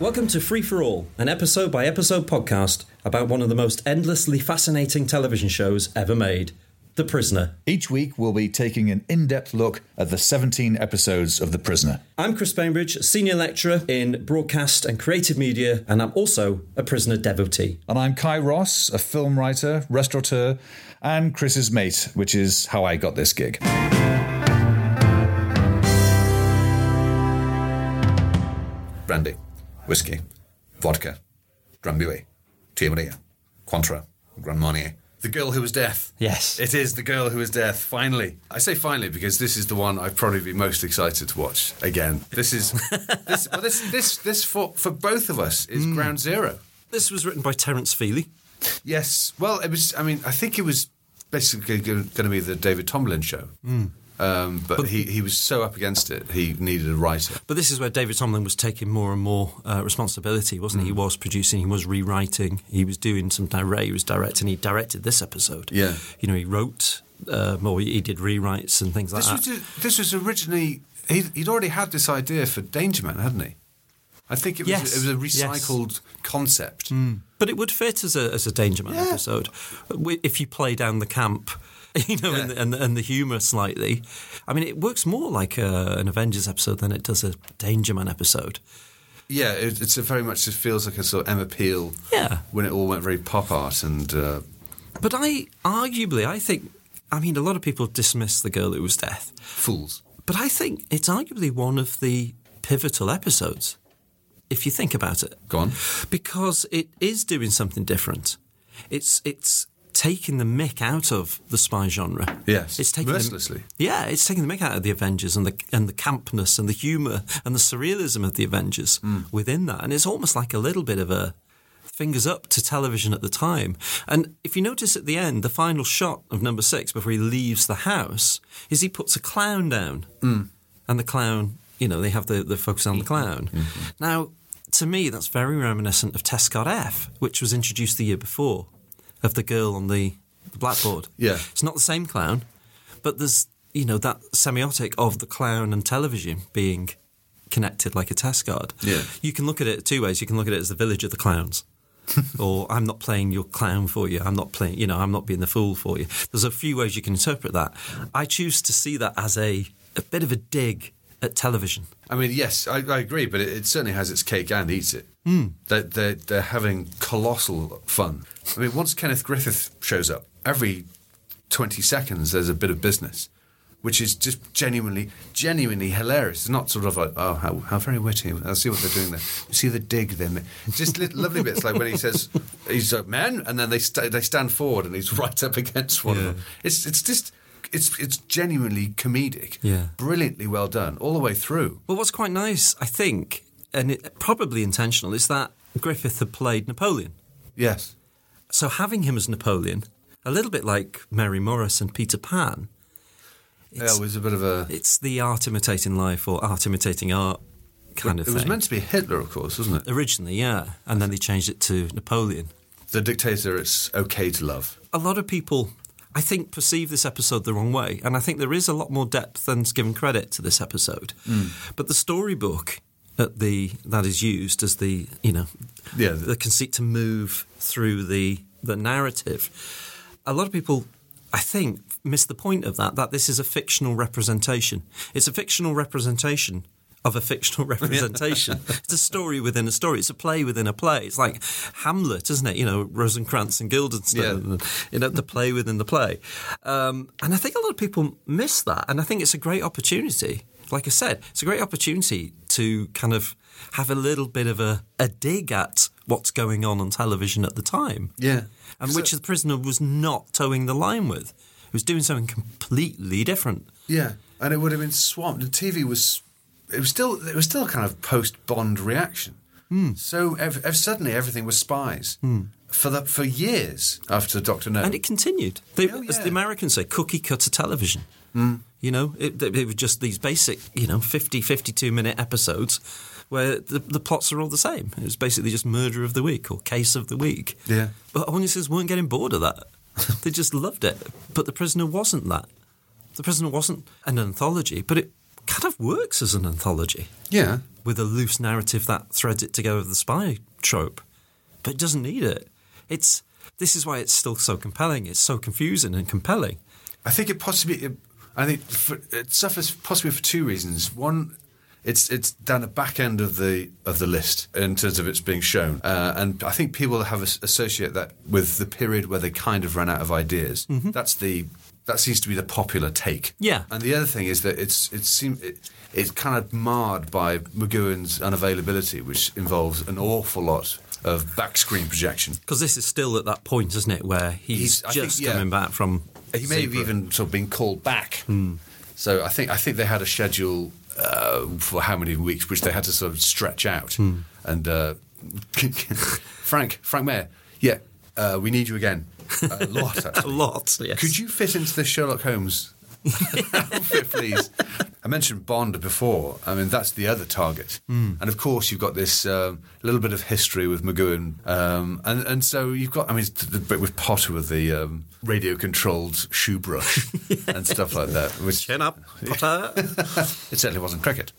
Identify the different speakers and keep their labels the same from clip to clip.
Speaker 1: Welcome to Free for All, an episode by episode podcast about one of the most endlessly fascinating television shows ever made The Prisoner.
Speaker 2: Each week, we'll be taking an in depth look at the 17 episodes of The Prisoner.
Speaker 1: I'm Chris Bainbridge, Senior Lecturer in Broadcast and Creative Media, and I'm also a prisoner devotee.
Speaker 2: And I'm Kai Ross, a film writer, restaurateur, and Chris's mate, which is how I got this gig.
Speaker 3: brandy, whiskey, vodka, Drambuie, Tia Maria, Cointreau, Grand Marnier. The girl who was death.
Speaker 1: Yes.
Speaker 3: It is the girl who was death, finally. I say finally because this is the one I've probably been most excited to watch again. This is this well, this this this for for both of us is ground zero.
Speaker 1: This was written by Terence Feely.
Speaker 3: Yes. Well, it was I mean, I think it was basically going to be the David Tomlin show. Um, but, he, he was so up against it, he needed a writer.
Speaker 4: But this is where David Tomlin was taking more and more uh, responsibility, wasn't
Speaker 1: Mm.
Speaker 4: he? He was producing, he was rewriting, he was doing some direct, he was directing, he directed this episode.
Speaker 3: Yeah.
Speaker 4: You know, he wrote, um, or he he did rewrites and things like
Speaker 3: This
Speaker 4: that.
Speaker 3: was, this was originally he'd, he'd already had this idea for Danger Man, hadn't he? I think it was
Speaker 4: Yes,
Speaker 3: it was a
Speaker 4: yes. Hmm.
Speaker 3: recycled concept.
Speaker 4: But it would fit as a as a Danger Man episode Wi- if you play down the camp, you know, and, the, and, the, and the humor slightly. I mean, it works more like a, an Avengers episode than it does a Danger Man episode.
Speaker 3: Yeah, it, it's a very much it feels like a sort of Emma Peel.
Speaker 4: Yeah.
Speaker 3: when it all went very pop art and uh,
Speaker 4: But I arguably, I think, I mean, a lot of people dismiss the girl who was death,
Speaker 3: fools.
Speaker 4: but I think it's arguably one of the pivotal episodes, if you think about it.
Speaker 3: Go on.
Speaker 4: because it is doing something different. It's it's taking the mick out of the spy genre.
Speaker 3: Yes,
Speaker 4: it's taking the-
Speaker 3: mercilessly.
Speaker 4: yeah, it's taking the mick out of the Avengers and the and the campness and the humour and the surrealism of the Avengers
Speaker 3: Hmm.
Speaker 4: within that, and it's almost like a little bit of a fingers up to television at the time. And if you notice at the end, the final shot of number six before he leaves the house is he puts a clown down,
Speaker 3: Hmm.
Speaker 4: and the clown, you know, they have the the focus on the clown. Now, to me, that's very reminiscent of Tescott F, which was introduced the year before, of the girl on the, the blackboard.
Speaker 3: Yeah.
Speaker 4: It's not the same clown, but there's you know that semiotic of the clown and television being connected like a Tescard.
Speaker 3: Yeah.
Speaker 4: You can look at it two ways. You can look at it as the village of the clowns. or I'm not playing your clown for you. I'm not playing, you know, I'm not being the fool for you. There's a few ways you can interpret that. I choose to see that as a a bit of a dig at television.
Speaker 3: I mean, yes, I, I agree, but it, it certainly has its cake and eats it. They're, they're, they're having colossal fun. I mean, once Kenneth Griffith shows up, every 20 seconds there's a bit of business, which is just genuinely, genuinely hilarious. It's not sort of like, oh, how, how very witty. I see what they're doing there. You see the dig there. ma- Just li- lovely bits like when he says, he's like, man, and then they, sta they stand forward and he's right up against one of them. It's, it's just. It's it's genuinely comedic,
Speaker 4: Yeah.
Speaker 3: brilliantly well done all the way through.
Speaker 4: Well, what's quite nice, I think, and it, probably intentional, is that Griffith had played Napoleon.
Speaker 3: Yes.
Speaker 4: So having him as Napoleon, a little bit like Mary Morris and Peter Pan,
Speaker 3: yeah, it was a bit of a.
Speaker 4: it's the art imitating life or art imitating art kind of
Speaker 3: It
Speaker 4: thing.
Speaker 3: was meant to be Hitler, of course, wasn't it?
Speaker 4: Originally, yeah. And then they changed it to Napoleon.
Speaker 3: The dictator it's okay to love.
Speaker 4: A lot of people, I think, perceive this episode the wrong way. And I think there is a lot more depth than's given credit to this episode. But the storybook at the that is used as the you know
Speaker 3: Yeah.
Speaker 4: the conceit to move through the the narrative. A lot of people, I think, miss the point of that. That this is a fictional representation. It's a fictional representation of a fictional representation. it's a story within a story. It's a play within a play. It's like Hamlet, isn't it? You know, Rosencrantz and Guildenstern. You know, the play within the play. Um, and I think a lot of people miss that. And I think it's a great opportunity. Like I said, it's a great opportunity to kind of have a little bit of a, a dig at what's going on on television at the time.
Speaker 3: Yeah.
Speaker 4: And which the prisoner was not towing the line with. It was doing something completely different.
Speaker 3: Yeah, and it would have been swamped. The TV was. It was still. It was still kind of post Bond reaction. So ev- ev- suddenly everything was spies for the, for years after Doctor No.
Speaker 4: And it continued. They,
Speaker 3: Oh,
Speaker 4: As
Speaker 3: yeah. Hmm.
Speaker 4: the Americans say, cookie cutter television. You know, it, they, they were just these basic, you know, 50, 52 minute episodes where the, the plots are all the same. It was basically just murder of the week or case of the week.
Speaker 3: Yeah.
Speaker 4: But audiences weren't getting bored of that. they just loved it. But The Prisoner wasn't that. The Prisoner wasn't an anthology, but it ki- kind of works as an anthology
Speaker 3: Yeah.
Speaker 4: with a loose narrative that threads it together with the spy trope, but it doesn't need it. It's this is why it's still so compelling. It's so confusing and compelling.
Speaker 3: I think it possibly. It, I think for, it suffers possibly for two reasons. One, it's it's down the back end of the of the list in terms of its being shown, uh, and I think people have as- associate that with the period where they kind of ran out of ideas. That's the that seems to be the popular take.
Speaker 4: Yeah.
Speaker 3: And the other thing is that it's it seem it, it's kind of marred by McGowan's unavailability, which involves an awful lot of back screen projection.
Speaker 4: Because this is still at that point, isn't it, where he's,
Speaker 3: He's- I think,
Speaker 4: just
Speaker 3: yeah.
Speaker 4: coming back from.
Speaker 3: He may have even sort of been called back. So I think I think they had a schedule uh, for how many weeks, which they had to sort of stretch out. And uh, Frank Frank Mayer, yeah, uh, we need you again a lot.
Speaker 4: a
Speaker 3: Actually.
Speaker 4: lot. Yes.
Speaker 3: Could you fit into this Sherlock Holmes outfit, please? I mentioned Bond before. I mean, that's the other target.
Speaker 4: Hmm.
Speaker 3: And of course, you've got this um, little bit of history with McGowan. Um, and, and so you've got, I mean, it's the bit with Potter with the um, radio controlled shoe brush and stuff like that. Which
Speaker 4: Chin up, Uh, Potter.
Speaker 3: It certainly wasn't cricket.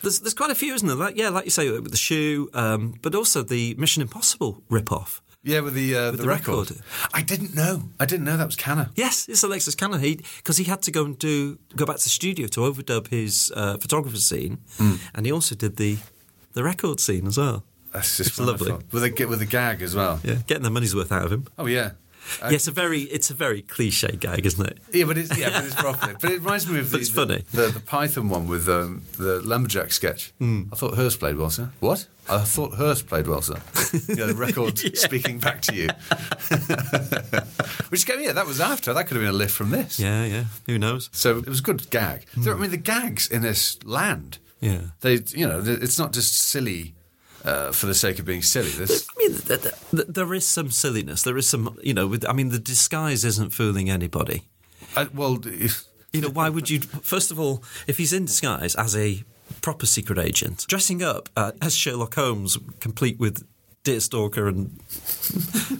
Speaker 4: There's, there's quite a few, isn't there? Like, yeah, like you say, with the shoe, um, but also the Mission Impossible rip-off.
Speaker 3: Yeah, with the, uh, the,
Speaker 4: the
Speaker 3: record.
Speaker 4: record.
Speaker 3: I didn't know. I didn't know that was Canna.
Speaker 4: Yes, it's Alexis Cannon. He because he had to go and do go back to the studio to overdub his uh, photographer scene, and he also did the the record scene as well.
Speaker 3: That's just
Speaker 4: It's lovely.
Speaker 3: wonderful. With a, g- with a gag as well.
Speaker 4: Yeah, getting the money's worth out of him.
Speaker 3: Oh, yeah.
Speaker 4: yeah, it's a very it's a very cliche gag, isn't it?
Speaker 3: Yeah, but it's yeah, but it's properly. But it reminds me of the,
Speaker 4: But it's funny.
Speaker 3: The, the Python one with um, the lumberjack sketch.
Speaker 4: Hmm.
Speaker 3: I thought Hearst played well, sir. What? I thought Hearst played well, sir. You know, the record speaking back to you. Which came yeah, that was after. That could have been a lift from this.
Speaker 4: Yeah, yeah. Who knows?
Speaker 3: So it was a good gag. So, I mean, the gags in this land.
Speaker 4: Yeah.
Speaker 3: They, you know, th- it's not just silly uh, for the sake of being silly. There's,
Speaker 4: I mean, th- th- th- there is some silliness. There is some, you know. With, I mean, the disguise isn't fooling anybody.
Speaker 3: I, uh, well, if,
Speaker 4: You know, why would you? First of all, if he's in disguise as a proper secret agent, dressing up uh, as Sherlock Holmes, complete with deerstalker and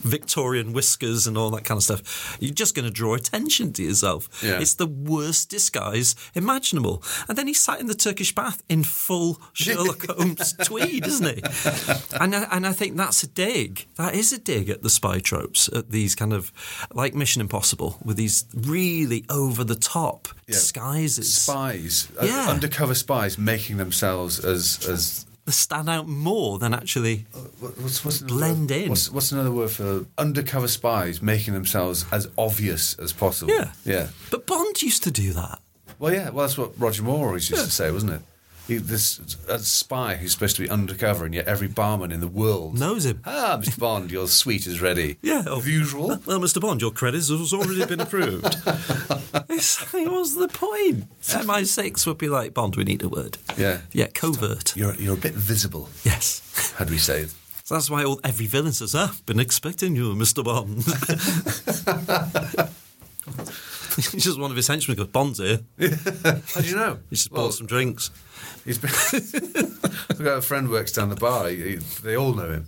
Speaker 4: Victorian whiskers and all that kind of stuff, you're just going to draw attention to yourself.
Speaker 3: Yeah.
Speaker 4: It's the worst disguise imaginable. And then he sat in the Turkish bath in full Sherlock Holmes tweed, isn't he? And I, and I think that's a dig. That is a dig at the spy tropes, at these kind of like Mission Impossible with these really over the top disguises.
Speaker 3: spies, uh,
Speaker 4: Yeah.
Speaker 3: undercover spies, making themselves as as
Speaker 4: They stand out more than actually.
Speaker 3: What- What's, what's another
Speaker 4: Blend
Speaker 3: word?
Speaker 4: in.
Speaker 3: What's, what's another word for undercover spies making themselves as obvious as possible?
Speaker 4: Yeah.
Speaker 3: yeah.
Speaker 4: But Bond used to do that.
Speaker 3: Well, yeah. Well, that's what Roger Moore always used to say, wasn't it? He, this a spy who's supposed to be undercover, and yet every barman in the world
Speaker 4: Knows him.
Speaker 3: Ah, Mr. Bond, your suite is ready.
Speaker 4: Yeah,
Speaker 3: as usual.
Speaker 4: Well, Mr. Bond, your credit has already been approved. it's, it was the point. MI6 would be like, Bond, we need a word.
Speaker 3: Yeah.
Speaker 4: Yeah, covert.
Speaker 3: You're you're a bit visible,
Speaker 4: Yes.
Speaker 3: had we say.
Speaker 4: So that's why all, every villain says, ah, been expecting you, Mr. Bond. He's just one of his henchmen goes, Bond's here. He
Speaker 3: How do you know?
Speaker 4: just
Speaker 3: Well,
Speaker 4: bought some drinks.
Speaker 3: He's been. I've got a friend works down the bar. He, he- they all know him.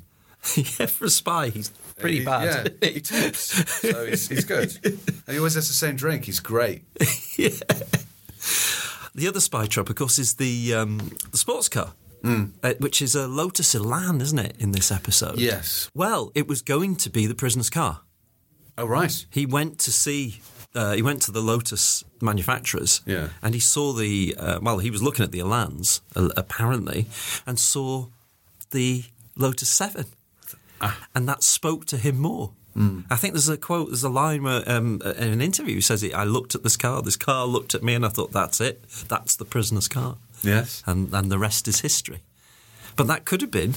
Speaker 4: yeah, for a spy, he's pretty
Speaker 3: He-
Speaker 4: bad.
Speaker 3: Yeah, he tips, so he's, he's good. And he always has the same drink. He's great.
Speaker 4: The other spy trope, of course, is the, um, the sports car,
Speaker 3: Hmm.
Speaker 4: uh, which is a Lotus Elan, isn't it, in this episode?
Speaker 3: Yes.
Speaker 4: Well, it was going to be the prisoner's car.
Speaker 3: Oh right.
Speaker 4: He went to see. Uh, he went to the Lotus manufacturers,
Speaker 3: Yeah.
Speaker 4: and he saw the. Uh, well, he was looking at the Alans uh, apparently, and saw the Lotus Seven, and that spoke to him more. I think there's a quote, there's a line where, um, in an interview he says, "I looked at this car. This car looked at me, and I thought, that's it. That's the prisoner's car."
Speaker 3: Yes.
Speaker 4: and and the rest is history. But that could have been.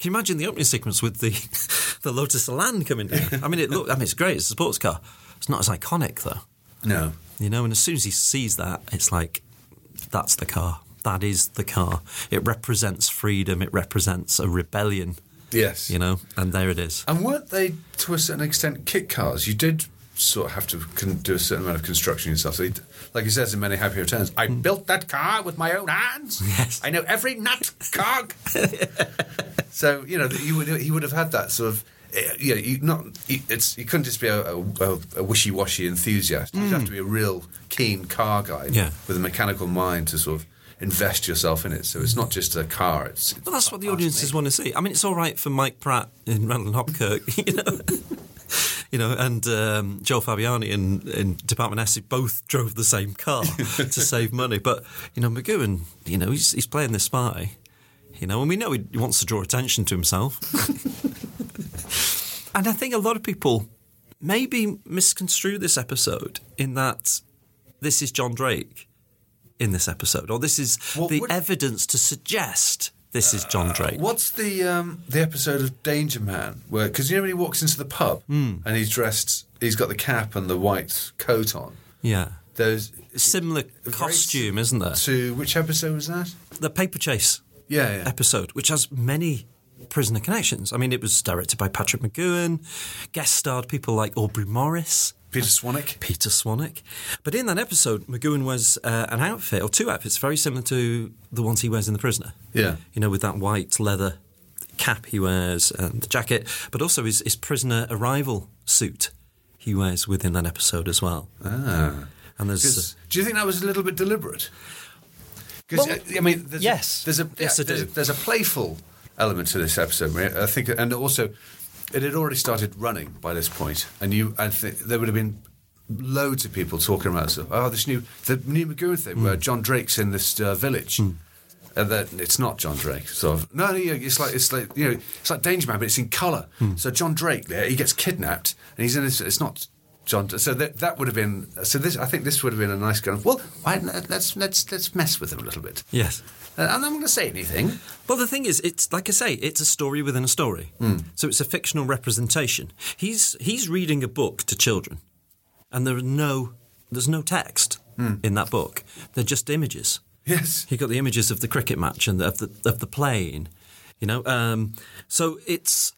Speaker 4: Can you imagine the opening sequence with the the Lotus Elan coming down? I mean, it look. I mean, it's great. It's a sports car. It's not as iconic though,
Speaker 3: No.
Speaker 4: you know. And as soon as he sees that, it's like, that's the car. That is the car. It represents freedom. It represents a rebellion.
Speaker 3: Yes.
Speaker 4: You know, and there it is.
Speaker 3: And weren't they to a certain extent kit cars? You did sort of have to con- do a certain amount of construction yourself. So, you d- like he says in many Happy Returns, I built that car with my own hands.
Speaker 4: Hmm. Yes.
Speaker 3: I know every nut cog. so you know that you would he would have had that sort of it, you know, you not you- it's you couldn't just be a, a, a- a wishy-washy enthusiast. You'd have to be a real keen car guy
Speaker 4: Hmm. Yeah.
Speaker 3: with a mechanical mind to sort of invest yourself in it. So it's not just a car. It's, it's
Speaker 4: Well, that's what the
Speaker 3: past
Speaker 4: audiences
Speaker 3: me.
Speaker 4: want to see. I mean, it's all right for Mike Pratt in Randall and Hopkirk, you know. You know, and um, Joe Fabiani and, and Department S both drove the same car to save money. But, you know, McGowan, you know, he's, he's playing this spy, you know, and we know he wants to draw attention to himself. and I think a lot of people maybe misconstrue this episode in that this is John Drake in this episode, or this is
Speaker 3: What
Speaker 4: the
Speaker 3: would-
Speaker 4: evidence to suggest this is
Speaker 3: Uh,
Speaker 4: John Drake.
Speaker 3: What's the um, the episode of Danger Man where because you know when he walks into the pub
Speaker 4: Hmm.
Speaker 3: and he's dressed, he's got the cap and the white coat on.
Speaker 4: Yeah.
Speaker 3: There's
Speaker 4: Similar
Speaker 3: very
Speaker 4: costume, isn't there?
Speaker 3: to which episode was that?
Speaker 4: The Paper Chase
Speaker 3: Yeah, yeah.
Speaker 4: episode, which has many prisoner connections. I mean, it was directed by Patrick McGowan, guest starred people like Aubrey Morris.
Speaker 3: Peter Swanick.
Speaker 4: Peter Swanick. But in that episode, McGowan wears uh, an outfit or two outfits very similar to the ones he wears in The Prisoner.
Speaker 3: Yeah.
Speaker 4: You know, with that white leather cap he wears and the jacket, but also his, his prisoner arrival suit he wears within that episode as well. Ah. And there's.
Speaker 3: Because do you think that was a little bit deliberate? Because
Speaker 4: Well,
Speaker 3: I mean, there's
Speaker 4: yes.
Speaker 3: a, there's a yeah,
Speaker 4: Yes, I
Speaker 3: there's,
Speaker 4: do.
Speaker 3: there's a playful element to this episode. right? I think, and also, it had already started running by this point, and you, I think there would have been loads of people talking about stuff. Oh, this new the new McGowan thing where John Drake's in this uh, village. And that it's not John Drake. So I've- no, no, you- it's like it's like you know, it's like Danger Man, but it's in colour. So John Drake, there, he gets kidnapped, and he's in this. It's not John. So that, that would have been. So this, I think, this would have been a nice kind of. Well, why, let's let's let's mess with him a little bit.
Speaker 4: Yes.
Speaker 3: Uh, I'm not going to say anything.
Speaker 4: Well, the thing is, it's like I say, it's a story within a story. So it's a fictional representation. He's he's reading a book to children, and there are no there's no text in that book. They're just images.
Speaker 3: Yes.
Speaker 4: He got the images of the cricket match and of the of the plane, you know. Um, so it's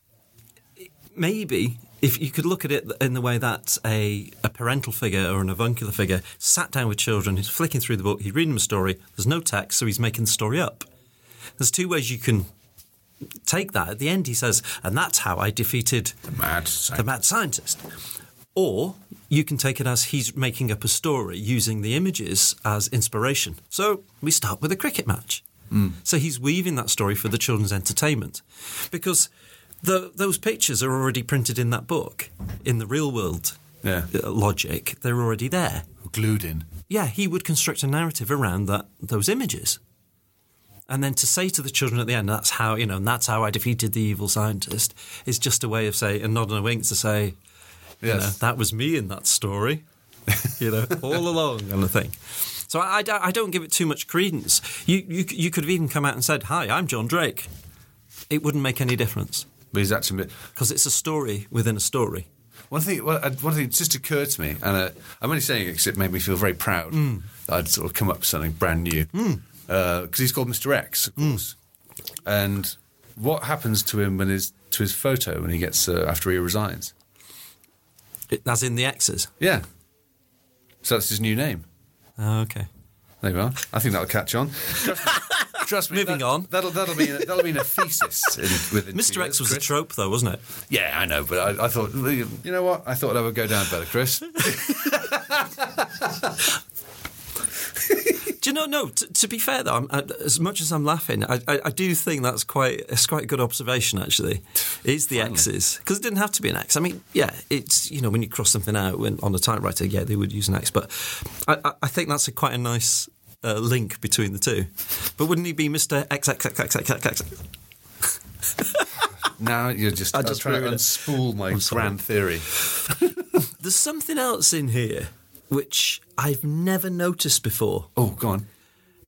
Speaker 4: maybe if you could look at it in the way that a, a parental figure or an avuncular figure sat down with children, he's flicking through the book, he's reading them a story, there's no text, so he's making the story up. There's two ways you can take that. At the end, he says, and that's how I defeated
Speaker 3: Mad.
Speaker 4: the mad scientist. Or you can take it as he's making up a story using the images as inspiration. So we start with a cricket match. So he's weaving that story for the children's entertainment because the, those pictures are already printed in that book in the real world
Speaker 3: Yeah.
Speaker 4: uh, logic. They're already there
Speaker 3: Glued in.
Speaker 4: yeah, he would construct a narrative around that those images. And then to say to the children at the end, that's how, you know, and that's how I defeated the evil scientist, is just a way of saying, a nod and a wink to say, you know,
Speaker 3: Yes.
Speaker 4: that was me in that story, you know, all along, kind of thing. So I, I don't- I don't give it too much credence. You, you, you could have even come out and said, hi, I'm John Drake. It wouldn't make any difference
Speaker 3: But he's actually.
Speaker 4: because it's a story within a story.
Speaker 3: One thing, well, uh, one thing that just occurred to me, and uh, I'm only saying it because it made me feel very proud
Speaker 4: Hmm.
Speaker 3: that I'd sort of come up with something brand new. Because he's called Mr. X, of
Speaker 4: Hmm.
Speaker 3: course. And what happens to him when his to his photo when he gets uh, after he resigns?
Speaker 4: It, as in the X's.
Speaker 3: Yeah. So that's his new name.
Speaker 4: Oh, okay.
Speaker 3: There you are. I think that'll catch on. Trust me. Trust me
Speaker 4: Moving
Speaker 3: that-
Speaker 4: on.
Speaker 3: That'll that'll be in a, that'll be in a thesis. In, within two
Speaker 4: Mr. X
Speaker 3: years,
Speaker 4: was a
Speaker 3: Chris.
Speaker 4: trope, though, wasn't it?
Speaker 3: Yeah, I know, but I, I thought you know what? I thought I would go down better, Chris.
Speaker 4: Do you know? No. T- to be fair, though, I'm, I, as much as I'm laughing, I, I, I do think that's quite it's quite a good observation. Actually, is the X's because it didn't have to be an X. I mean, yeah, it's you know when you cross something out when, on a typewriter, yeah, they would use an X. But I, I, I think that's a quite a nice uh, link between the two. But wouldn't he be Mister X X X X X X X?
Speaker 3: Now you're just,
Speaker 4: I
Speaker 3: I
Speaker 4: just
Speaker 3: just trying to
Speaker 4: ruined it.
Speaker 3: unspool my
Speaker 4: sorry.
Speaker 3: grand theory.
Speaker 4: There's something else in here which I've never noticed before,
Speaker 3: Oh, go on.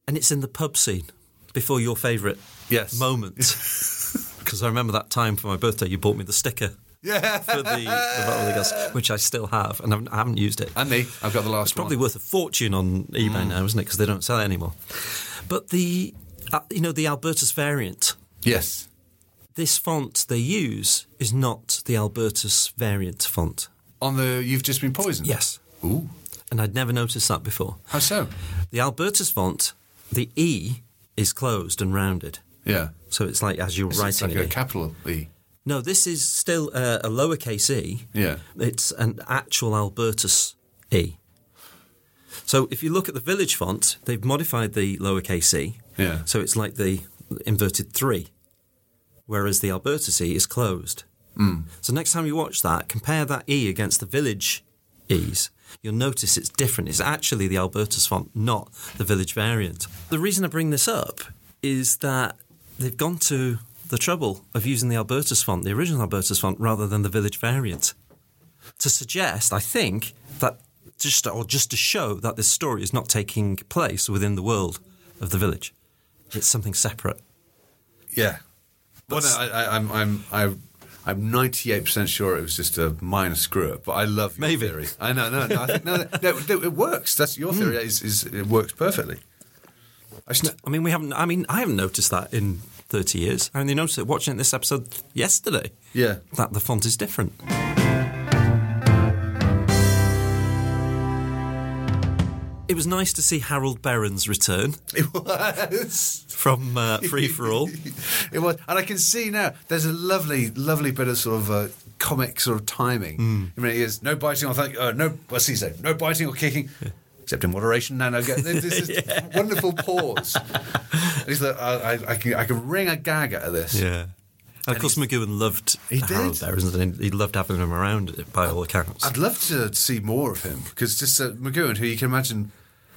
Speaker 4: and it's in the pub scene before your favourite
Speaker 3: Yes.
Speaker 4: moment. Because I remember that time for my birthday, you bought me the sticker
Speaker 3: Yeah.
Speaker 4: for the, the bottle of the gas, which I still have, and I haven't, I haven't used it.
Speaker 3: And me. I've got the last
Speaker 4: It's probably
Speaker 3: one.
Speaker 4: worth a fortune on
Speaker 3: Mm.
Speaker 4: eBay now, isn't it? Because they don't sell it anymore. But the, uh, you know, the Albertus variant.
Speaker 3: Yes.
Speaker 4: This font they use is not the Albertus variant font.
Speaker 3: On the You've Just Been Poisoned?
Speaker 4: Yes,
Speaker 3: Ooh.
Speaker 4: and I'd never noticed that before.
Speaker 3: How so?
Speaker 4: The Albertus font, the E is closed and rounded,
Speaker 3: Yeah.
Speaker 4: so it's like as you're
Speaker 3: It's
Speaker 4: writing
Speaker 3: like
Speaker 4: it.
Speaker 3: a capital E.
Speaker 4: No, this is still uh, a lowercase e.
Speaker 3: Yeah.
Speaker 4: It's an actual Albertus e. So if you look at the village font, they've modified the lowercase e.
Speaker 3: Yeah.
Speaker 4: So it's like the inverted three, whereas the Albertus e is closed. Mm. So next time you watch that, compare that e against the village e's. You'll notice it's different. It's actually the Albertus font, not the village variant. The reason I bring this up is that they've gone to the trouble of using the Albertus font, the original Albertus font, rather than the village variant to suggest, I think, that just or just to show that this story is not taking place within the world of the village. It's something separate.
Speaker 3: Yeah. Well, no, I, I, I'm, I'm, I, I'm 98% sure it was just a minor screw up, but I love your
Speaker 4: Maybe. Hmm.
Speaker 3: theory. I know, no, no, I think, no, no, no, no, it works. That's your theory. Is, is it works perfectly. I just,
Speaker 4: I mean, we haven't. I mean, I haven't noticed that in thirty years. I only noticed it watching this episode yesterday.
Speaker 3: Yeah.
Speaker 4: that the font is different. It was nice to see Harold Berrin's return
Speaker 3: it was.
Speaker 4: from uh, Free for All.
Speaker 3: it was, and I can see now. There's a lovely, lovely bit of sort of uh, comic sort of timing.
Speaker 4: Mm.
Speaker 3: I mean, it is no biting or thank, uh, no. What's he say? No biting or kicking, except in moderation. No, no. Get, this is wonderful pause. It's like, I, I, I can, I can ring a gag out of this.
Speaker 4: Yeah. And of course, McGowan loved
Speaker 3: He
Speaker 4: Harold
Speaker 3: did.
Speaker 4: There, isn't it? He loved having him around, by all accounts.
Speaker 3: I'd love to see more of him because just uh, McGowan, who you can imagine,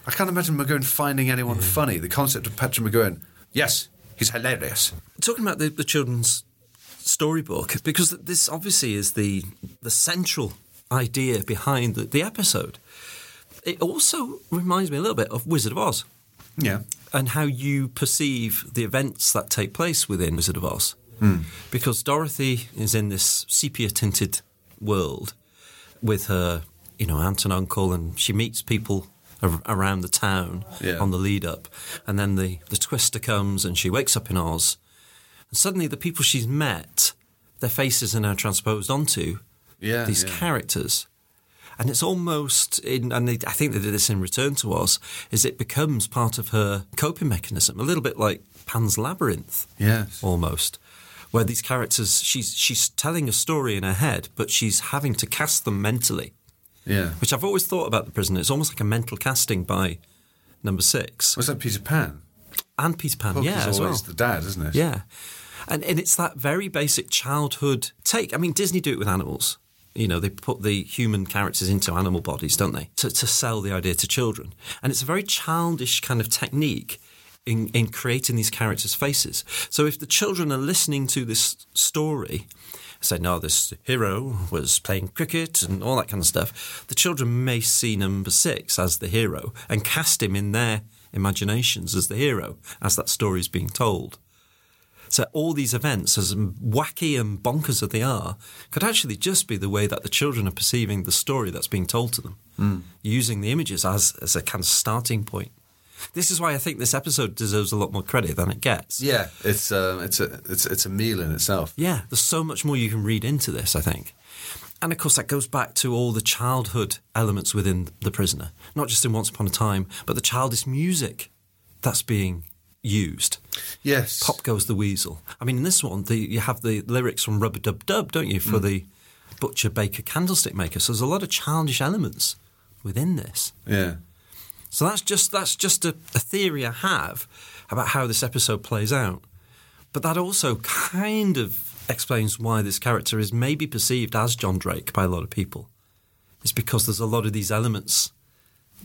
Speaker 3: I can't imagine McGowan finding anyone funny. The concept of Patrick McGowan, yes, he's hilarious.
Speaker 4: Talking about the, the children's storybook, because this obviously is the the central idea behind the, the episode. It also reminds me a little bit of Wizard of Oz.
Speaker 3: Yeah,
Speaker 4: and how you perceive the events that take place within Wizard of Oz. Because Dorothy is in this sepia tinted world with her, you know, aunt and uncle, and she meets people ar- around the town
Speaker 3: Yeah.
Speaker 4: on the lead up. And then the, the twister comes and she wakes up in Oz. And suddenly the people she's met, their faces are now transposed onto
Speaker 3: Yeah,
Speaker 4: these
Speaker 3: Oh, yeah.
Speaker 4: characters. And it's almost in, and they, I think they did this in Return to Oz, is it becomes part of her coping mechanism, a little bit like Pan's Labyrinth,
Speaker 3: Yes.
Speaker 4: almost, where these characters, she's she's telling a story in her head, but she's having to cast them mentally,
Speaker 3: yeah.
Speaker 4: which I've always thought about the prisoner. It's almost like a mental casting by number six
Speaker 3: Was that Peter Pan?
Speaker 4: and Peter Pan,
Speaker 3: Hook
Speaker 4: yeah,
Speaker 3: is
Speaker 4: as
Speaker 3: always
Speaker 4: well.
Speaker 3: the dad, isn't it?
Speaker 4: Yeah. And, and it's that very basic childhood take. I mean, Disney do it with animals. You know, they put the human characters into animal bodies, don't they? To, to sell the idea to children. And it's a very childish kind of technique in, in creating these characters' faces. So if the children are listening to this story, say, no, this hero was playing cricket and all that kind of stuff, the children may see number six as the hero and cast him in their imaginations as the hero as that story is being told. So all these events, as wacky and bonkers as they are, could actually just be the way that the children are perceiving the story that's being told to them, using the images as, as a kind of starting point. This is why I think this episode deserves a lot more credit than it gets.
Speaker 3: Yeah, it's um, it's a it's it's a meal in itself.
Speaker 4: Yeah, there's so much more you can read into this, I think. And of course, that goes back to all the childhood elements within The Prisoner, not just in Once Upon a Time, but the childish music that's being used.
Speaker 3: Yes,
Speaker 4: Pop goes the weasel. I mean, in this one, the, you have the lyrics from Rubber Dub Dub, don't you, for the butcher, baker, candlestick maker. So there's a lot of childish elements within this.
Speaker 3: Yeah,
Speaker 4: So that's just that's just a, a theory I have about how this episode plays out. But that also kind of explains why this character is maybe perceived as John Drake by a lot of people. It's because there's a lot of these elements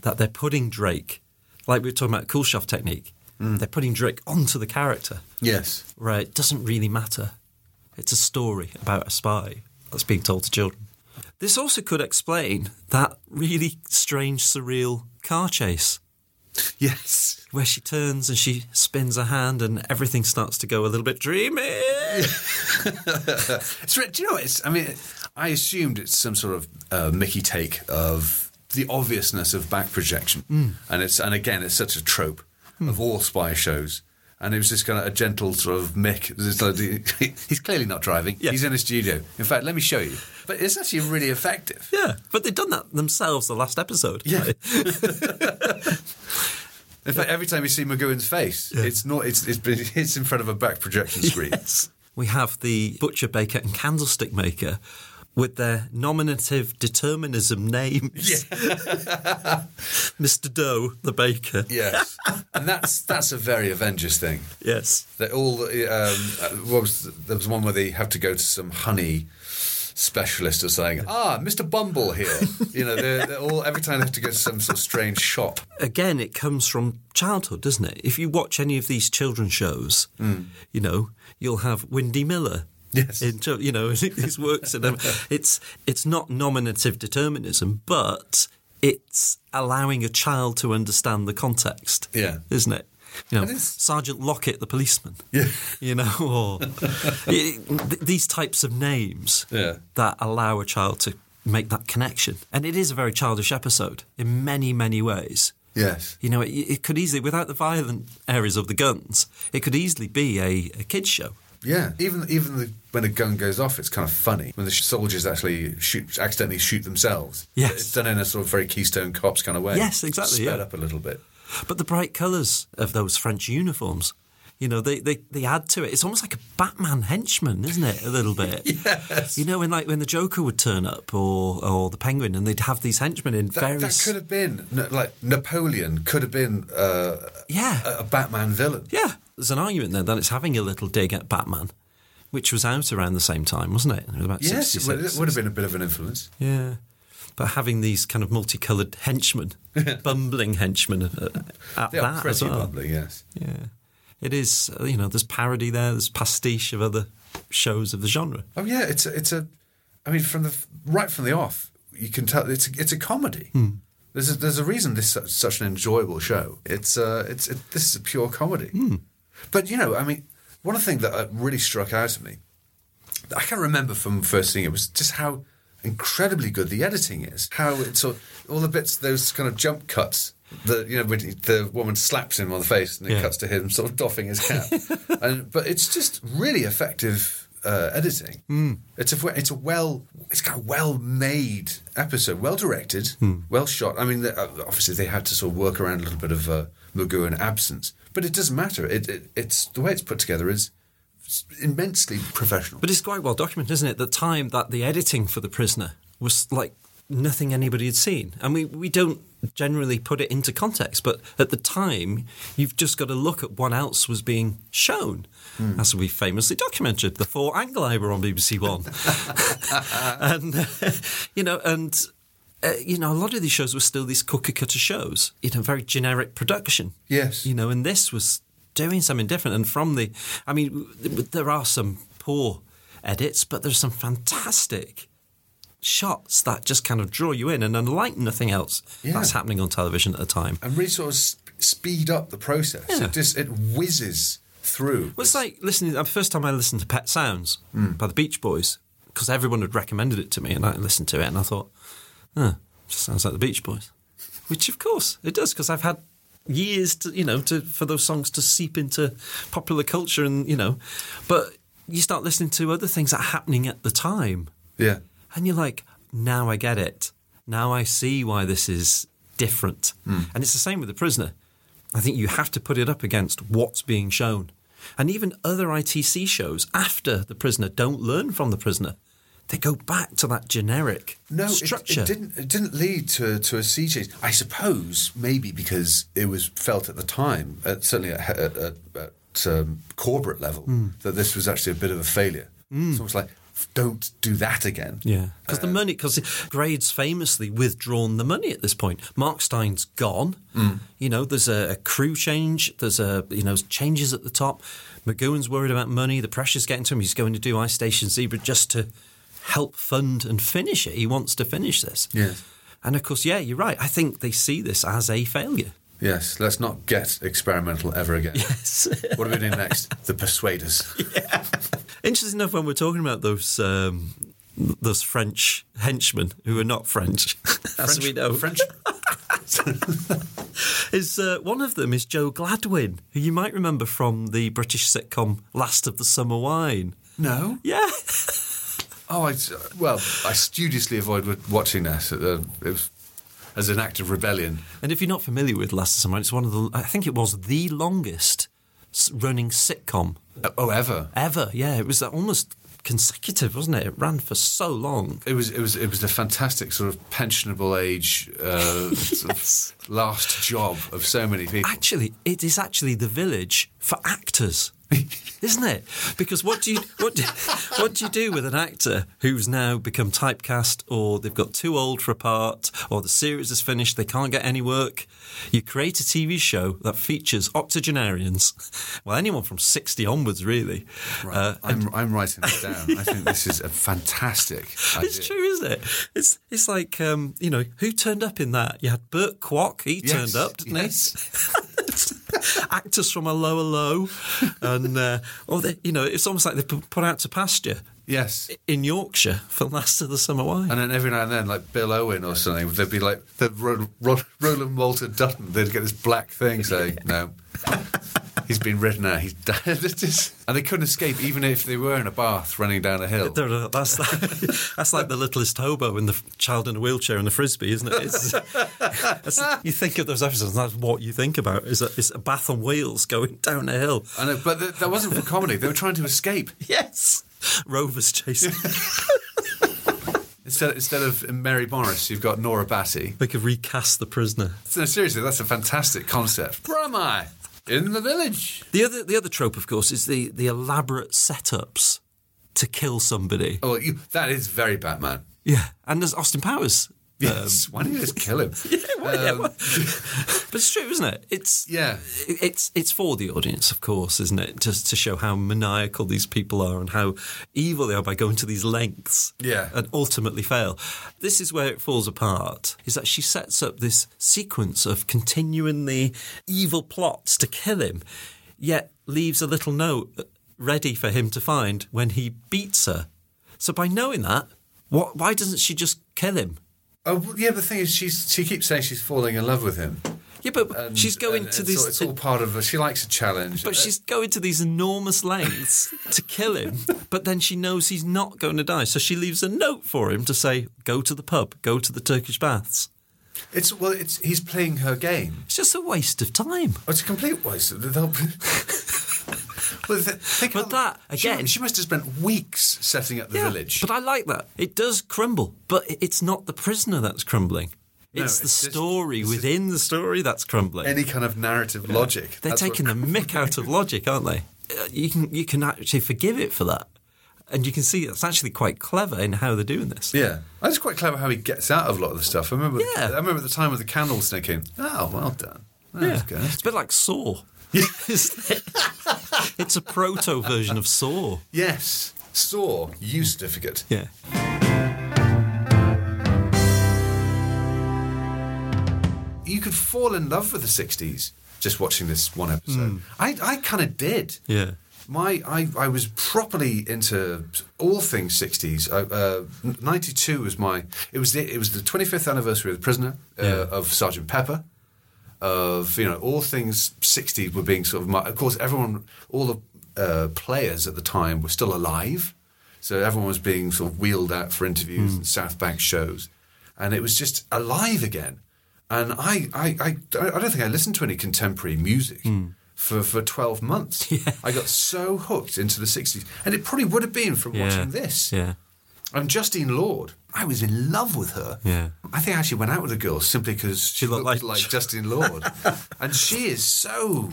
Speaker 4: that they're putting Drake, like we were talking about Kulshov technique. They're putting Drake onto the character
Speaker 3: yes,
Speaker 4: where it doesn't really matter. It's a story about a spy that's being told to children. This also could explain that really strange, surreal car chase
Speaker 3: yes.
Speaker 4: where she turns and she spins her hand and everything starts to go a little bit dreamy.
Speaker 3: It's, re- do you know? It's. I mean, I assumed it's some sort of uh, Mickey take of the obviousness of back projection, and it's and again, it's such a trope of all spy shows. And it was just kind of a gentle sort of mick. It's like the- he's clearly not driving.
Speaker 4: Yeah.
Speaker 3: He's in a studio. In fact, let me show you. But it's actually really effective.
Speaker 4: Yeah, but they've done that themselves the last episode.
Speaker 3: Yeah. In fact, every time you see McGowan's face, it's not. It's, it's it's in front of a back projection screen.
Speaker 4: yes. we have the butcher, baker, and candlestick maker with their nominative determinism names. Mr. Doe, the baker.
Speaker 3: Yes, and that's that's a very Avengers thing.
Speaker 4: Yes.
Speaker 3: That all um, uh, what was the, there was one where they have to go to some honey specialist or something. Ah, Mr. Bumble here. you know, they're, they're all every time they have to go to some sort of strange shop.
Speaker 4: again, it comes from childhood, doesn't it? If you watch any of these children's shows, you know, you'll have Windy Miller.
Speaker 3: Hmm. Yes.
Speaker 4: In, chil- you know, his works in them. It's, it's not nominative determinism, but it's allowing a child to understand the context.
Speaker 3: Yeah.
Speaker 4: Isn't it? You know,
Speaker 3: it's-
Speaker 4: Sergeant Lockett, the policeman.
Speaker 3: Yeah.
Speaker 4: You know, or it- th- these types of names
Speaker 3: Yeah.
Speaker 4: that allow a child to make that connection. And it is a very childish episode in many, many ways.
Speaker 3: Yes.
Speaker 4: You know, it, it could easily, without the violent areas of the guns, it could easily be a, a kids show.
Speaker 3: Yeah, even even the, when a gun goes off, it's kind of funny when the sh- soldiers actually shoot accidentally shoot themselves.
Speaker 4: Yes.
Speaker 3: it's done in a sort of very Keystone Cops kind of way.
Speaker 4: Yes, exactly,
Speaker 3: Sped
Speaker 4: yeah.
Speaker 3: up a little bit.
Speaker 4: But the bright colours of those French uniforms, you know, they, they, they add to it. It's almost like a Batman henchman, isn't it? A little bit. yes. You know, when like when the Joker would turn up or or the Penguin, and they'd have these henchmen in
Speaker 3: That, that
Speaker 4: various.
Speaker 3: could have been no, like Napoleon could have been uh,
Speaker 4: yeah.
Speaker 3: a, a Batman villain.
Speaker 4: Yeah, there's an argument there that it's having a little dig at Batman, which was out around the same time, wasn't it? It was about
Speaker 3: Yes, it
Speaker 4: 66.
Speaker 3: would, it would have been a bit of an influence.
Speaker 4: Yeah. But having these kind of multicoloured henchmen, bumbling henchmen uh, at
Speaker 3: They are
Speaker 4: that as
Speaker 3: pretty
Speaker 4: well.
Speaker 3: bubbly, yes.
Speaker 4: Yeah. It is, uh, you know, there's parody there, there's pastiche of other shows of the genre.
Speaker 3: Oh yeah, it's a, it's a. I mean, from the right from the off, you can tell it's a, it's a comedy. There's a, there's a reason this is such an enjoyable show. It's uh, it's it, this is a pure comedy. But you know, I mean, one thing that uh, really struck out at me, that I can remember from first seeing it was just how incredibly good the editing is. How it's sort all the bits, those kind of jump cuts. The you know when he- the woman slaps him on the face and it
Speaker 4: Yeah.
Speaker 3: cuts to him sort of doffing his cap, and but it's just really effective uh, editing.
Speaker 4: Hmm.
Speaker 3: It's a it's a well it's kind of well made episode, well directed,
Speaker 4: Hmm.
Speaker 3: well shot. I mean, the- uh, obviously they had to sort of work around a little bit of uh, Magoo and absence, but it doesn't matter. It, it it's the way it's put together is immensely professional.
Speaker 4: But it's quite well documented, isn't it? The time that the editing for The Prisoner was like nothing anybody had seen. And we, we don't generally put it into context, but at the time, you've just got to look at what else was being shown. As we famously documented, the four Angli were on BBC One. and, uh, you know, and. Uh, you know, a lot of these shows were still these cookie cutter shows, you know, very generic production.
Speaker 3: Yes.
Speaker 4: You know, and this was doing something different. And from the, I mean, w- w- there are some poor edits, but there's some fantastic shots that just kind of draw you in and unlike nothing else
Speaker 3: Yeah.
Speaker 4: that's happening on television at the time.
Speaker 3: and really sort of sp- speed up the process.
Speaker 4: Yeah.
Speaker 3: It just it whizzes through.
Speaker 4: Well, it's like listening. The first time I listened to Pet Sounds by the Beach Boys, because everyone had recommended it to me, and I listened to it, and I thought, "Huh, just sounds like the Beach Boys," which of course it does, because I've had years to you know to for those songs to seep into popular culture, and you know, but you start listening to other things that are happening at the time,
Speaker 3: yeah,
Speaker 4: and you're like, now I get it. Now I see why this is different.
Speaker 3: Hmm.
Speaker 4: And it's the same with The Prisoner. I think you have to put it up against what's being shown. And even other ITC shows after The Prisoner don't learn from The Prisoner. They go back to that generic
Speaker 3: no, it-
Speaker 4: structure.
Speaker 3: It, didn't. It didn't lead to to a sea change. I suppose maybe because it was felt at the time, at, certainly at, at, at, at um, corporate level,
Speaker 4: Hmm.
Speaker 3: that this was actually a bit of a failure. It's almost like don't do that again.
Speaker 4: Yeah, because the money, because Grade's famously withdrawn the money at this point. Mark Stein's gone. You know, there's a, a crew change. There's a you know changes at the top. McGowan's worried about money. The pressure's getting to him. He's going to do Ice Station Zebra just to help fund and finish it. He wants to finish this.
Speaker 3: Yes.
Speaker 4: And of course, yeah, you're right. I think they see this as a failure.
Speaker 3: Yes, let's not get experimental ever again. Yes. what are we doing next? The Persuaders.
Speaker 4: Interesting enough, when we're talking about those um, those French henchmen who are not French, as we know,
Speaker 3: French.
Speaker 4: is uh, one of them is Joe Gladwin, who you might remember from the British sitcom Last of the Summer Wine.
Speaker 3: No.
Speaker 4: Yeah,
Speaker 3: Oh, I, well, I studiously avoid watching that. Uh, it was, as an act of rebellion.
Speaker 4: and if you're not familiar with Last of the Summer Wine, it's one of the I think it was the longest s- running sitcom
Speaker 3: Oh, ever.
Speaker 4: ever. Yeah, it was almost consecutive, wasn't it? It ran for so long.
Speaker 3: It was it was it was the fantastic sort of pensionable age uh, sort of last job of so many people.
Speaker 4: Actually, it is actually the village for actors. Isn't it? Because what do you what do, what do you do with an actor who's now become typecast, or they've got too old for a part, or the series is finished, they can't get any work? You create a TV show that features octogenarians, well, anyone from sixty onwards, really. Uh,
Speaker 3: I'm I'm writing this down. I think this is a fantastic. Idea.
Speaker 4: It's true, isn't it? It's it's like um, you know who turned up in that? You had Bert Kwok. He
Speaker 3: Yes,
Speaker 4: turned up, didn't
Speaker 3: yes.
Speaker 4: he? Actors from a lower low, and uh, or they, you know it's almost like they pu- put out to pasture
Speaker 3: Yes.
Speaker 4: in Yorkshire for last of the summer wine.
Speaker 3: And then every now and then, like Bill Owen or something, they'd be like, they'd Ro- Ro- Roland Walter Dutton, they'd get this black thing saying, no, he's been ridden out, he's dead. It's just- and they couldn't escape, even if they were in a bath running down a hill.
Speaker 4: There are- uh, That's that's like the littlest hobo and the f- child in a wheelchair and the frisbee, isn't it? It's, that's- you think of those episodes, and that's what you think about is a, is a bath on wheels going down a hill.
Speaker 3: I know, but th- that wasn't for comedy. They were trying to escape.
Speaker 4: Yes, rovers chasing.
Speaker 3: Instead, instead of Mary Morris, you've got Nora Batty.
Speaker 4: They could recast the prisoner.
Speaker 3: No, seriously, that's a fantastic concept. Where am I? In the village.
Speaker 4: The other the other trope, of course, is the the elaborate setups to kill somebody.
Speaker 3: Oh, you, that is very Batman.
Speaker 4: Yeah, and there's Austin Powers.
Speaker 3: Yes. Why don't you just kill him?
Speaker 4: Um, Yeah, well- but it's true, isn't it? It's
Speaker 3: Um, Yeah.
Speaker 4: it- It's it's for the audience, of course, isn't it? Just to show how maniacal these people are and how evil they are by going to these lengths.
Speaker 3: Yeah.
Speaker 4: and ultimately fail. This is where it falls apart. Is that she sets up this sequence of continuing the evil plots to kill him, yet leaves a little note ready for him to find when he beats her. So by knowing that, what, why doesn't she just kill him?
Speaker 3: Oh, well, yeah. The thing is, she's she keeps saying she's falling in love with him.
Speaker 4: Yeah, but she's going
Speaker 3: And
Speaker 4: to
Speaker 3: it's
Speaker 4: these.
Speaker 3: all- it's all part of. A, she likes a challenge.
Speaker 4: But she's going to these enormous lengths to kill him, but then she knows he's not going to die. So she leaves a note for him to say, go to the pub, go to the Turkish baths.
Speaker 3: It's well. It's he's playing her game.
Speaker 4: It's just a waste of time.
Speaker 3: Oh, it's a complete waste. of- They'll, well, th- think
Speaker 4: But
Speaker 3: how-
Speaker 4: that,
Speaker 3: she-
Speaker 4: again-
Speaker 3: she, must have spent weeks setting up the
Speaker 4: Yeah,
Speaker 3: village.
Speaker 4: But I like that. It does crumble, but i- it's not the prisoner that's crumbling.
Speaker 3: No,
Speaker 4: It's the
Speaker 3: it's just-
Speaker 4: story
Speaker 3: it's just-
Speaker 4: within the story that's crumbling.
Speaker 3: Any kind of narrative logic.
Speaker 4: They're
Speaker 3: that's what-
Speaker 4: taking the mick out of logic, aren't they? Uh, You can you can actually forgive it for that, and you can see it's actually quite clever in how they're doing this.
Speaker 3: Yeah, that's quite clever how he gets out of a lot of the stuff. I remember.
Speaker 4: Yeah.
Speaker 3: I remember at the time with the candles thinking, "Oh, well done." That was good.
Speaker 4: It's a bit like Saw. Isn't it? it's a proto version of Saw.
Speaker 3: Yes. Saw you certificate.
Speaker 4: Yeah.
Speaker 3: You could fall in love with the '60s just watching this one episode. I, I kind of did.
Speaker 4: Hmm. Yeah.
Speaker 3: My, I, I was properly into all things '60s. I, uh, '92 was my. It was the, it was the 25th anniversary of the Prisoner uh, of Sergeant Pepper. Of you know all things '60s were being sort of. My, of course, everyone, all the uh, players at the time were still alive, so everyone was being sort of wheeled out for
Speaker 4: Hmm.
Speaker 3: interviews and South Bank shows, and it was just alive again. And I, I, I, I don't think I listened to any contemporary music
Speaker 4: Hmm.
Speaker 3: for, for 12 months. I got so hooked into the 60s. And it probably would have been from
Speaker 4: Yeah.
Speaker 3: watching this.
Speaker 4: Yeah.
Speaker 3: And Justine Lord, I was in love with her.
Speaker 4: Yeah.
Speaker 3: I think I actually went out with a girl simply because she,
Speaker 4: looked
Speaker 3: looked,
Speaker 4: like-
Speaker 3: like, Justine Lord. and she is so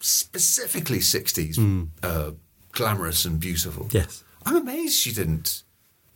Speaker 3: specifically 60s uh, glamorous and beautiful.
Speaker 4: Hmm. Yes.
Speaker 3: I'm amazed she didn't.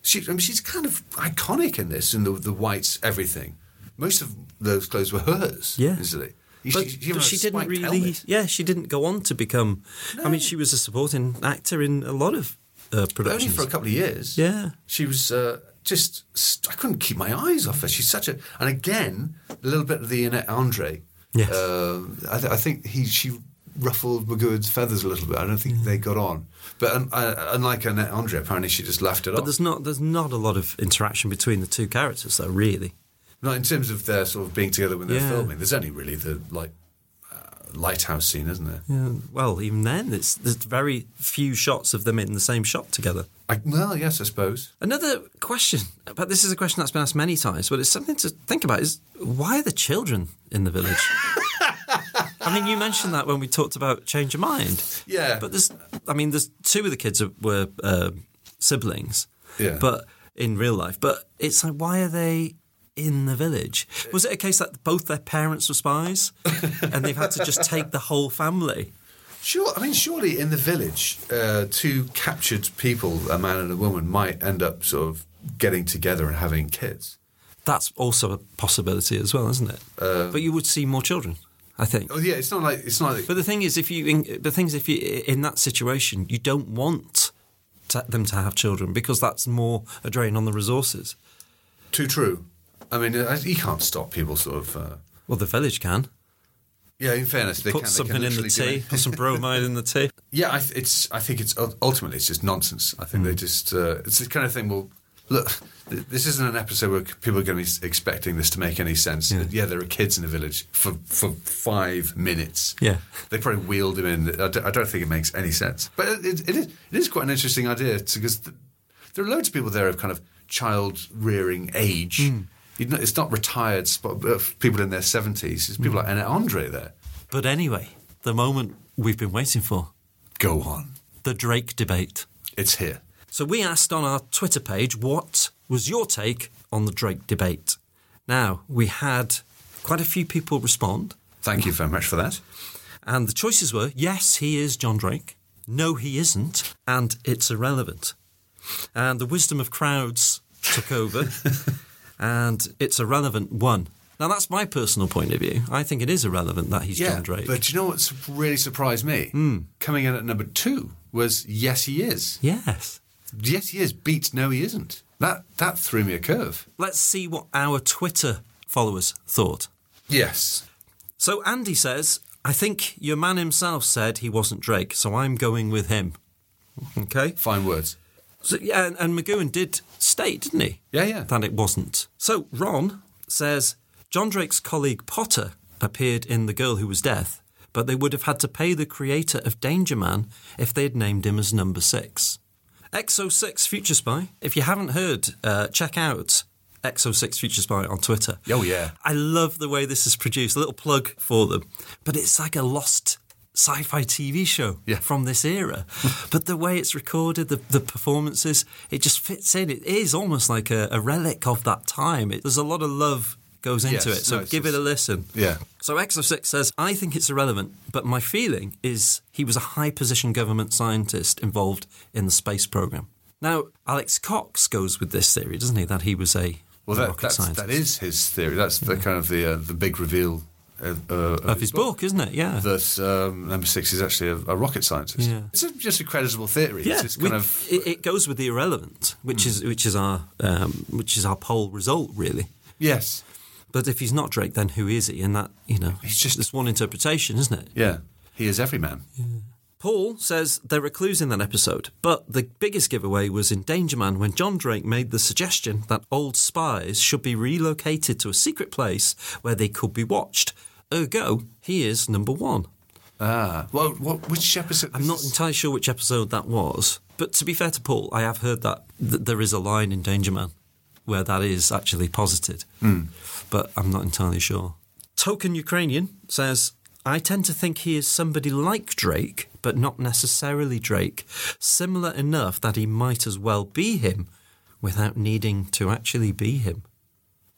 Speaker 3: She, I mean, she's kind of iconic in this, in the, the whites, everything. Most of those clothes were hers,
Speaker 4: Yeah.
Speaker 3: easily.
Speaker 4: But
Speaker 3: even
Speaker 4: but
Speaker 3: had
Speaker 4: she
Speaker 3: a
Speaker 4: didn't
Speaker 3: spiked
Speaker 4: really.
Speaker 3: helmet.
Speaker 4: Yeah, she didn't go on to become. I mean, she was a supporting actor in a lot of uh,
Speaker 3: But only
Speaker 4: productions.
Speaker 3: for a couple of years.
Speaker 4: Yeah.
Speaker 3: She was uh, just, st- I couldn't keep my eyes off her. She's such a, and again, a little bit of the Annette Andre.
Speaker 4: Yes.
Speaker 3: Uh, I, th- I think he, she ruffled McGood's feathers a little bit. I don't
Speaker 4: Mm.
Speaker 3: think they got on. But um, uh, unlike Annette Andre, apparently she just laughed it
Speaker 4: but
Speaker 3: off.
Speaker 4: there's not there's not a lot of interaction between the two characters though, really.
Speaker 3: Not in terms of their sort of being together when they're
Speaker 4: Yeah.
Speaker 3: filming. There's only really the like uh, lighthouse scene, isn't there?
Speaker 4: Yeah, Uh, well, even then, it's there's very few shots of them in the same shot together.
Speaker 3: I, well, yes, I suppose.
Speaker 4: Another question, but this is a question that's been asked many times, but it's something to think about is why are the children in the village? I mean, you mentioned that when we talked about change of mind.
Speaker 3: Yeah.
Speaker 4: But there's, I mean, there's two of the kids are- were um siblings.
Speaker 3: Yeah.
Speaker 4: But in real life, but it's like, why are they in the village? Was it a case that both their parents were spies, and they've had to just take the whole family?
Speaker 3: Sure, I mean, surely in the village, uh, two captured people, a man and a woman, might end up sort of getting together and having kids.
Speaker 4: That's also a possibility as well, isn't it?
Speaker 3: Um,
Speaker 4: but you would see more children, I think.
Speaker 3: Oh yeah, it's not like it's not. Like,
Speaker 4: But the thing is, if you in, the thing is, if you in that situation, you don't want to, them to have children because that's more a drain on the resources.
Speaker 3: too true. I mean, uh, you can't stop people sort of. Uh,
Speaker 4: Well, the village can
Speaker 3: yeah, in fairness, they
Speaker 4: put
Speaker 3: can, they
Speaker 4: something
Speaker 3: can
Speaker 4: in the
Speaker 3: literally do
Speaker 4: tea,
Speaker 3: it.
Speaker 4: put some bromide in the tea.
Speaker 3: Yeah, I th- it's. I think it's ul- ultimately it's just nonsense. I think they just. Uh, it's the kind of thing. Well, look, th- this isn't an episode where c- people are going to be s- expecting this to make any sense. Yeah. there are kids in a village for for five minutes.
Speaker 4: Yeah.
Speaker 3: they probably wheeled him in. I d- I don't think it makes any sense. But it, it, it is it is quite an interesting idea because th- there are loads of people there of kind of child rearing age. You know, it's not retired spot, uh, people in their seventies. It's people like Annette Andre there.
Speaker 4: But anyway, the moment we've been waiting for,
Speaker 3: Go on,
Speaker 4: the Drake debate.
Speaker 3: it's here.
Speaker 4: So we asked on our Twitter page, what was your take on the Drake debate? Now we had quite a few people respond.
Speaker 3: Thank you very much for that.
Speaker 4: And the choices were yes, he is John Drake, no, he isn't, and it's irrelevant. And the wisdom of crowds took over, and it's irrelevant one. Now, that's my personal point of view. I think it is irrelevant that he's John Drake. Hmm.
Speaker 3: But do you know what's really surprised me? Coming in at number two was yes, he is.
Speaker 4: yes.
Speaker 3: Yes, he is. Beats no, he isn't. That that threw me a curve.
Speaker 4: Let's see what our Twitter followers thought.
Speaker 3: Yes.
Speaker 4: So Andy says, I think your man himself said he wasn't Drake, so I'm going with him. Okay.
Speaker 3: Fine words.
Speaker 4: So, yeah, and, and McGowan did state, didn't he?
Speaker 3: Yeah, yeah.
Speaker 4: That it wasn't. So Ron says John Drake's colleague Potter appeared in The Girl Who Was Death, but they would have had to pay the creator of Danger Man if they had named him as number six. XO6 Future Spy. If you haven't heard, uh, check out XO6 Future Spy on Twitter.
Speaker 3: Oh, yeah.
Speaker 4: I love the way this is produced. A little plug for them, but it's like a lost sci-fi TV show
Speaker 3: Yeah.
Speaker 4: from this era. but the way it's recorded, the, the performances, it just fits in. It is almost like a, a relic of that time. It, there's a lot of love goes into
Speaker 3: Yes,
Speaker 4: it, so
Speaker 3: no, it's
Speaker 4: give it
Speaker 3: just-
Speaker 4: a listen.
Speaker 3: Yeah.
Speaker 4: So X of Six says, I think it's irrelevant, but my feeling is he was a high position government scientist involved in the space program. Now, Alex Cox goes with this theory, doesn't he? That he was a
Speaker 3: Well, that,
Speaker 4: rocket
Speaker 3: that's,
Speaker 4: scientist.
Speaker 3: that is his theory. That's the kind of the uh, the big reveal uh, uh, of,
Speaker 4: of his book, isn't it? Yeah.
Speaker 3: That um, number six is actually a, a rocket scientist.
Speaker 4: Yeah.
Speaker 3: It's a, just a creditable theory.
Speaker 4: yeah,
Speaker 3: It's just kind
Speaker 4: we-
Speaker 3: of
Speaker 4: it, it goes with the irrelevant, which is which is our um, which is our poll result really.
Speaker 3: yes,
Speaker 4: But if he's not Drake, then who is he? And that you know,
Speaker 3: He's just-
Speaker 4: this one interpretation, isn't it?
Speaker 3: yeah. He is every man.
Speaker 4: Paul says there are clues in that episode, but the biggest giveaway was in Danger Man when John Drake made the suggestion that old spies should be relocated to a secret place where they could be watched. Ergo, he is number one.
Speaker 3: Ah, well, what, which episode?
Speaker 4: I'm not entirely sure which episode that was, but to be fair to Paul, I have heard that th- there is a line in Danger Man where that is actually posited, but I'm not entirely sure. Token Ukrainian says, I tend to think he is somebody like Drake, but not necessarily Drake, similar enough that he might as well be him without needing to actually be him.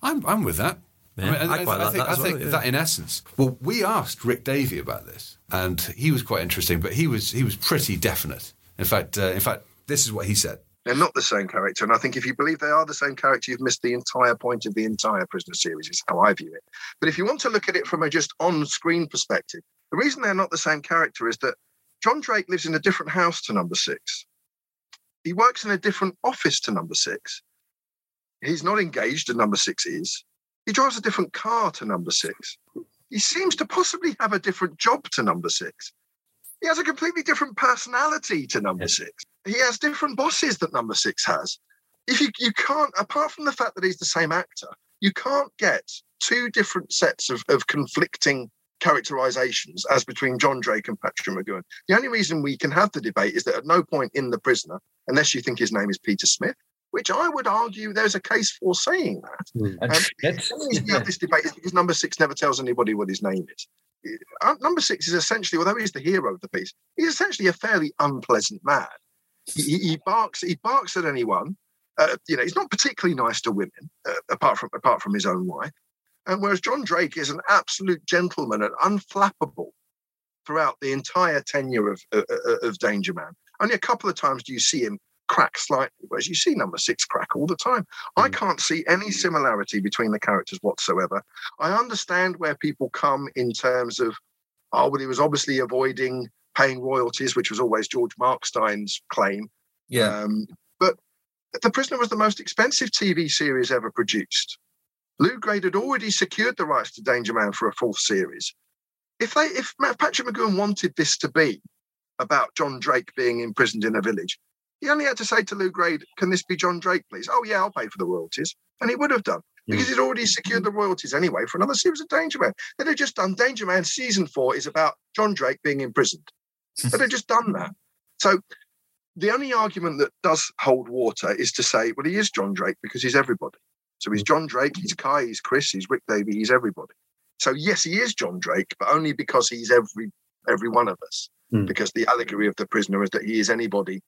Speaker 3: I'm, I'm with that.
Speaker 4: Yeah,
Speaker 3: and
Speaker 4: I quite like
Speaker 3: think,
Speaker 4: that as
Speaker 3: I think
Speaker 4: well, yeah.
Speaker 3: that in essence. Well, we asked Rick Davey about this, and he was quite interesting, but he was he was pretty definite. In fact, uh, in fact, this is what he said.
Speaker 5: They're not the same character. And I think if you believe they are the same character, you've missed the entire point of the entire Prisoner series, is how I view it. But if you want to look at it from a just on screen perspective, the reason they're not the same character is that John Drake lives in a different house to number six. He works in a different office to number six. He's not engaged to number six is. He drives a different car to number six. He seems to possibly have a different job to number six. He has a completely different personality to number six he has different bosses that number six has. If you, you can't, apart from the fact that he's the same actor, you can't get two different sets of, of conflicting characterizations as between John Drake and Patrick McGowan. The only reason we can have the debate is that at no point in The Prisoner, unless you think his name is Peter Smith, which I would argue there's a case for saying that.
Speaker 2: And
Speaker 5: Um,
Speaker 2: shit.
Speaker 5: The reason we have this debate is because number six never tells anybody what his name is. Uh, Number six is essentially, although he's the hero of the piece, he's essentially a fairly unpleasant man. He, he- he barks, he barks at anyone. Uh, you know, he's not particularly nice to women, uh, apart from apart from his own wife. And whereas John Drake is an absolute gentleman and unflappable throughout the entire tenure of uh, uh, of Danger Man. Only a couple of times do you see him crack slightly, whereas you see number six crack all the time. I can't see any similarity between the characters whatsoever. I understand where people come in terms of, oh, well, he was obviously avoiding paying royalties, which was always George Markstein's claim.
Speaker 3: Yeah.
Speaker 5: Um, but The Prisoner was the most expensive TV series ever produced. Lou Grade had already secured the rights to Danger Man for a fourth series. If they, if Ma- Patrick McGowan wanted this to be about John Drake being imprisoned in a village, he only had to say to Lou Grade, "Can this be John Drake, please?" Oh yeah, I'll pay for the royalties, and he would have done because he'd already secured the royalties anyway for another series of Danger Man. They'd have just done Danger Man season four is about John Drake being imprisoned. They'd have just done that. So the only argument that does hold water is to say, well, he is John Drake because he's everybody. So he's John Drake, he's Kai, he's Chris, he's Rick Davey, he's everybody. So yes, he is John Drake, but only because he's every every one of us.
Speaker 1: Hmm.
Speaker 5: Because the allegory of the prisoner is that he is anybody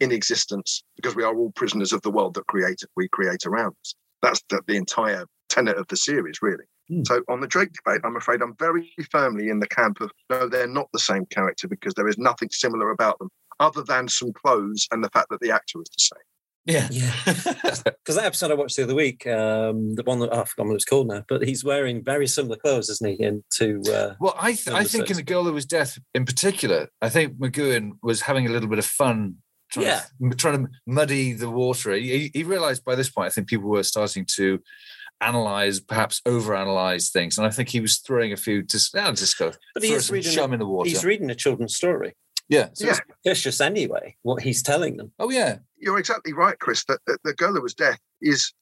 Speaker 5: in existence, because we are all prisoners of the world that create we create around us. That's the, the entire tenet of the series, really.
Speaker 1: Hmm.
Speaker 5: So on the Drake debate, I'm afraid I'm very firmly in the camp of no, they're not the same character because there is nothing similar about them other than some clothes and the fact that the actor was the same.
Speaker 6: Yeah. Because that episode I watched the other week, um, the one that oh, I forgot what it's called now, but he's wearing very similar clothes, isn't he? And to uh,
Speaker 7: Well, I th- I
Speaker 6: Number
Speaker 7: think in
Speaker 6: six.
Speaker 7: the girl who was death in particular, I think McGowan was having a little bit of fun. Trying
Speaker 6: Yeah.
Speaker 7: to, m- trying to muddy the water. He, he realized by this point, I think people were starting to analyze, perhaps overanalyze things, and I think he was throwing a few just now just go
Speaker 6: but he
Speaker 7: throw
Speaker 6: is
Speaker 7: some
Speaker 6: reading.
Speaker 7: chum
Speaker 6: A,
Speaker 7: in the water.
Speaker 6: he's reading a children's story.
Speaker 7: yeah, so
Speaker 5: Yeah.
Speaker 7: it's-
Speaker 6: It's just anyway what he's telling them.
Speaker 7: Oh yeah,
Speaker 5: You're exactly right, Chris, that, that the girl who was death is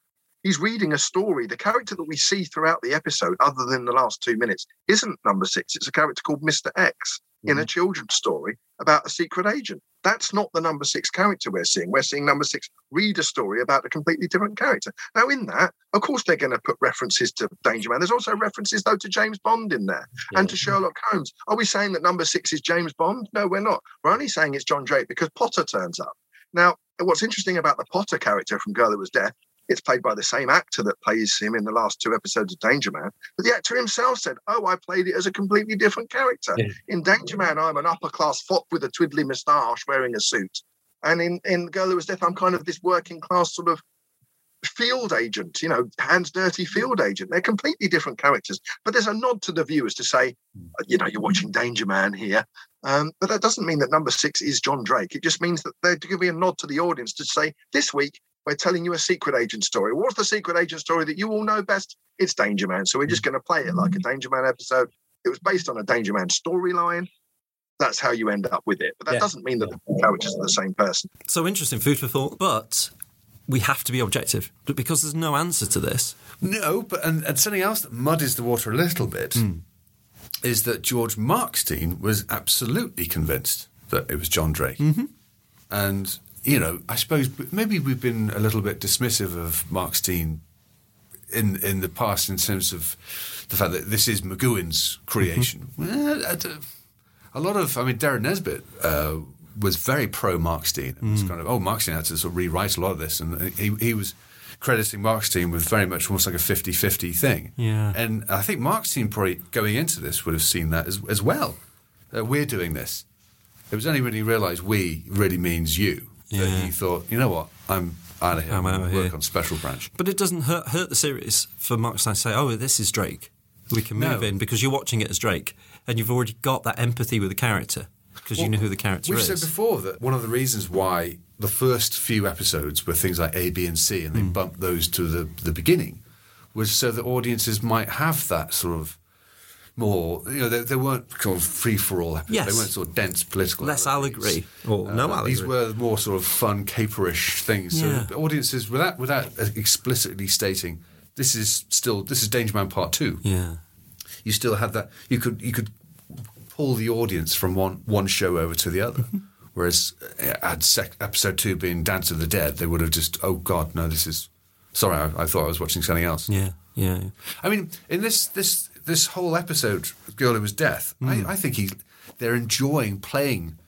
Speaker 5: he's reading a story. The character that we see throughout the episode, other than the last two minutes, isn't number six. It's a character called Mr. X in a children's story about a secret agent. That's not the number six character we're seeing. We're seeing number six read a story about a completely different character. Now, in that, of course, they're going to put references to Danger Man. There's also references, though, to James Bond in there. and to Sherlock Holmes. Are we saying that number six is James Bond? No, we're not. We're only saying it's John Drake because Potter turns up. Now, what's interesting about the Potter character from Girl Who Was Death, it's played by the same actor that plays him in the last two episodes of Danger Man. But the actor himself said, Oh, I played it as a completely different character.
Speaker 6: Yeah.
Speaker 5: In Danger Man, I'm an upper class fop with a twiddly moustache wearing a suit. And in, in Girl Who Was Death, I'm kind of this working class sort of field agent, you know, hands dirty field agent. They're completely different characters. But there's a nod to the viewers to say, you know, you're watching Danger Man here. Um, but that doesn't mean that number six is John Drake. It just means that they're giving a nod to the audience to say, this week, we're telling you a secret agent story. What's the secret agent story that you all know best? It's Danger Man. So we're just going to play it like a Danger Man episode. It was based on a Danger Man storyline. That's how you end up with it. But that
Speaker 6: Yeah.
Speaker 5: doesn't mean that the characters are the same person.
Speaker 4: So interesting food for thought, but we have to be objective because there's no answer to this.
Speaker 3: No, but and, and something else that muddies the water a little bit
Speaker 4: Hmm.
Speaker 3: is that George Markstein was absolutely convinced that it was John Drake. And, you know, I suppose maybe we've been a little bit dismissive of Markstein in in the past in terms of the fact that this is McGowan's creation. Well, I don't- a lot of, I mean, Darren Nesbitt uh, was very pro Markstein. It was kind of, oh, Markstein had to sort of rewrite a lot of this. And uh, he, he was crediting Markstein with very much almost like a 50 50 thing.
Speaker 4: Yeah.
Speaker 3: And I think Markstein probably going into this would have seen that as, as well. Uh, we're doing this. It was only when he realised we really means you that
Speaker 4: Yeah.
Speaker 3: he thought, you know what, I'm out of here.
Speaker 4: I'm outta
Speaker 3: work
Speaker 4: here."
Speaker 3: on Special Branch.
Speaker 4: But it doesn't hurt, hurt the series for Mark Stein to say, oh, this is Drake. We can move
Speaker 3: No.
Speaker 4: in because you're watching it as Drake and you've already got that empathy with the character because you know who the character
Speaker 3: We've
Speaker 4: is.
Speaker 3: said before that one of the reasons why the first few episodes were things like A, B, and C, and they
Speaker 4: Hmm.
Speaker 3: bumped those to the, the beginning, was so that audiences might have that sort of more, you know, they, they weren't kind of free for all episodes.
Speaker 4: Yes.
Speaker 3: They weren't sort of dense political.
Speaker 4: Less
Speaker 3: allegories.
Speaker 4: allegory, or no
Speaker 3: These
Speaker 4: allegory.
Speaker 3: were more sort of fun, caperish things.
Speaker 4: Yeah.
Speaker 3: So the audiences, without without explicitly stating, this is still this is Danger Man Part Two
Speaker 4: yeah.
Speaker 3: you still had that you could you could pull the audience from one one show over to the other Whereas uh, had sec- episode two been Dance of the Dead, they would have just, oh God, no, this is. Sorry, I, I thought I was watching something else.
Speaker 4: Yeah, yeah.
Speaker 3: I mean, in this this this whole episode, Girl Who Was Death,
Speaker 4: Mm.
Speaker 3: I, I think he they're enjoying playing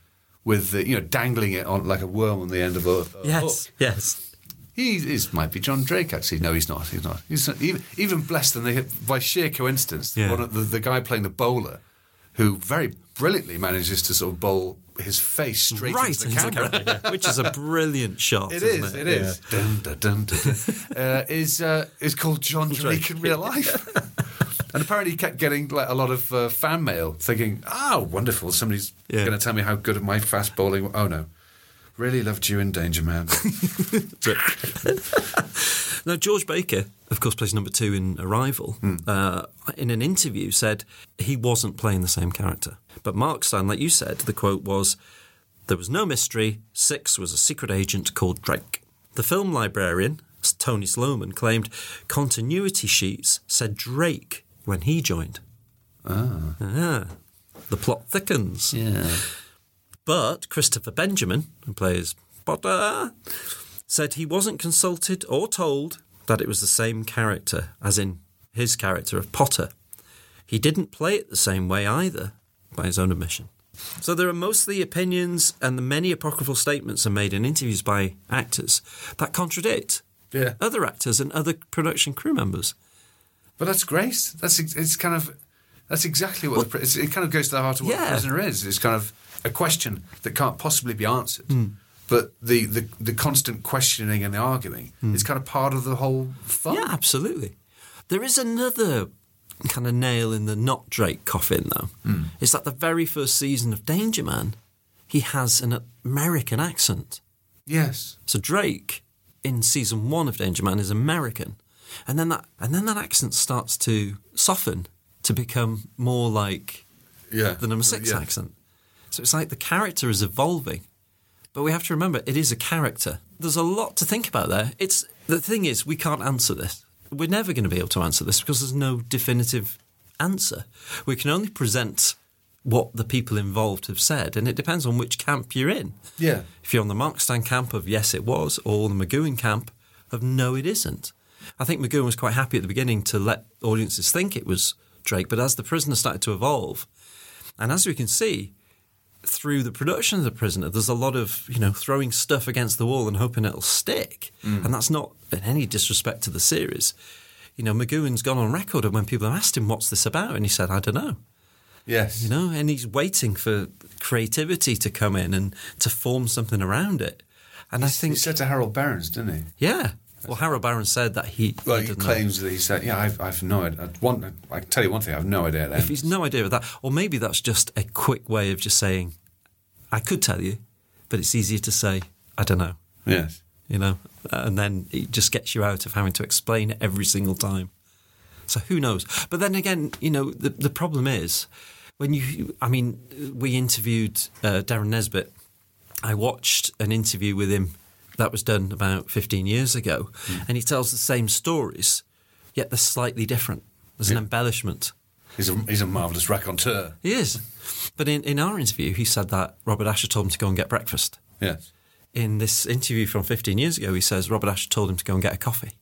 Speaker 3: with the you know dangling it on like a worm on the end of a, a
Speaker 4: Yes,
Speaker 3: hook.
Speaker 4: yes.
Speaker 3: He is might be John Drake actually. No, he's not. He's not. He's not, even, even blessed and they hit by sheer coincidence.
Speaker 4: Yeah.
Speaker 3: One of the, the guy playing the bowler, who very brilliantly manages to sort of bowl his face straight
Speaker 4: right
Speaker 3: into the camera.
Speaker 4: camera, yeah, which is a brilliant shot.
Speaker 3: It
Speaker 4: isn't
Speaker 3: is. It is. Dun, dun, dun, dun, dun. uh, is uh, is called John Drake in real life. And apparently, he kept getting like a lot of uh, fan mail, thinking, "Oh, wonderful! Somebody's
Speaker 4: Yeah.
Speaker 3: going to tell me how good my fast bowling." Oh no, really loved you in Danger Man.
Speaker 4: Now, George Baker, of course, plays number two in Arrival, uh, in an interview said he wasn't playing the same character. But Mark Stein, like you said, the quote was There was no mystery. Six was a secret agent called Drake. The film librarian, S- Tony Sloman, claimed continuity sheets said Drake when he joined. Ah. The plot thickens. Yeah. But Christopher Benjamin, who plays Potter, said he wasn't consulted or told that it was the same character, as in his character of Potter. He didn't play it the same way either, by his own admission. So there are mostly opinions and the many apocryphal statements are made in interviews by actors that contradict
Speaker 3: Yeah.
Speaker 4: other actors and other production crew members.
Speaker 3: but that's great. That's ex- it's kind of that's exactly what the pri- it's, it kind of goes to the heart of what the
Speaker 4: Yeah.
Speaker 3: prisoner is. It's kind of a question that can't possibly be answered.
Speaker 4: Hmm.
Speaker 3: But the, the, the constant questioning and the arguing is kind of part of the whole fun.
Speaker 4: Hmm. Yeah, absolutely. There is another kind of nail in the not Drake coffin, though. Is that the very first season of Danger Man, he has an American accent.
Speaker 3: Yes.
Speaker 4: So Drake in season one of Danger Man is American, and then that and then that accent starts to soften to become more like
Speaker 3: Yeah.
Speaker 4: the number six
Speaker 3: Yeah.
Speaker 4: accent. So it's like the character is evolving, but we have to remember it is a character. There's a lot to think about there. It's the thing is we can't answer this. We're never going to be able to answer this because there's no definitive answer. We can only present what the people involved have said, and it depends on which camp you're in.
Speaker 3: Yeah.
Speaker 4: If you're on the Markstein camp of yes, it was, or the Magooin camp of no, it isn't. I think Magooin was quite happy at the beginning to let audiences think it was Drake, but as the prisoner started to evolve, and as we can see through the production of the prisoner, there's a lot of you know throwing stuff against the wall and hoping it'll stick, and that's not in any disrespect to the series. You know, Magooin's gone on record, and when people have asked him what's this about, and he said, "I don't know."
Speaker 3: Yes.
Speaker 4: you know, and he's waiting for creativity to come in and to form something around it. And I
Speaker 3: He
Speaker 4: think,
Speaker 3: said to Harold Barons, didn't he?
Speaker 4: yeah. Well, Harold Barron said that he,
Speaker 3: Well,
Speaker 4: he
Speaker 3: he
Speaker 4: didn't know.
Speaker 3: claims that he said, "Yeah, I've, I've no idea." I'd want- I can tell you one thing: I have no idea. Then
Speaker 4: If he's no idea of that, or maybe that's just a quick way of just saying, I could tell you, but it's easier to say, I don't know,
Speaker 3: yes,
Speaker 4: you know, uh, and then it just gets you out of having to explain it every single time. So who knows? But then again, you know, the, the problem is when you, I mean, we interviewed uh, Darren Nesbitt. I watched an interview with him that was done about 15 years ago, and he tells the same stories, yet they're slightly different. There's an embellishment.
Speaker 3: he's a he's a marvelous raconteur.
Speaker 4: He is. But in, in our interview, he said that Robert Asher told him to go and get breakfast.
Speaker 3: Yes,
Speaker 4: In this interview from 15 years ago, he says Robert Asher told him to go and get a coffee.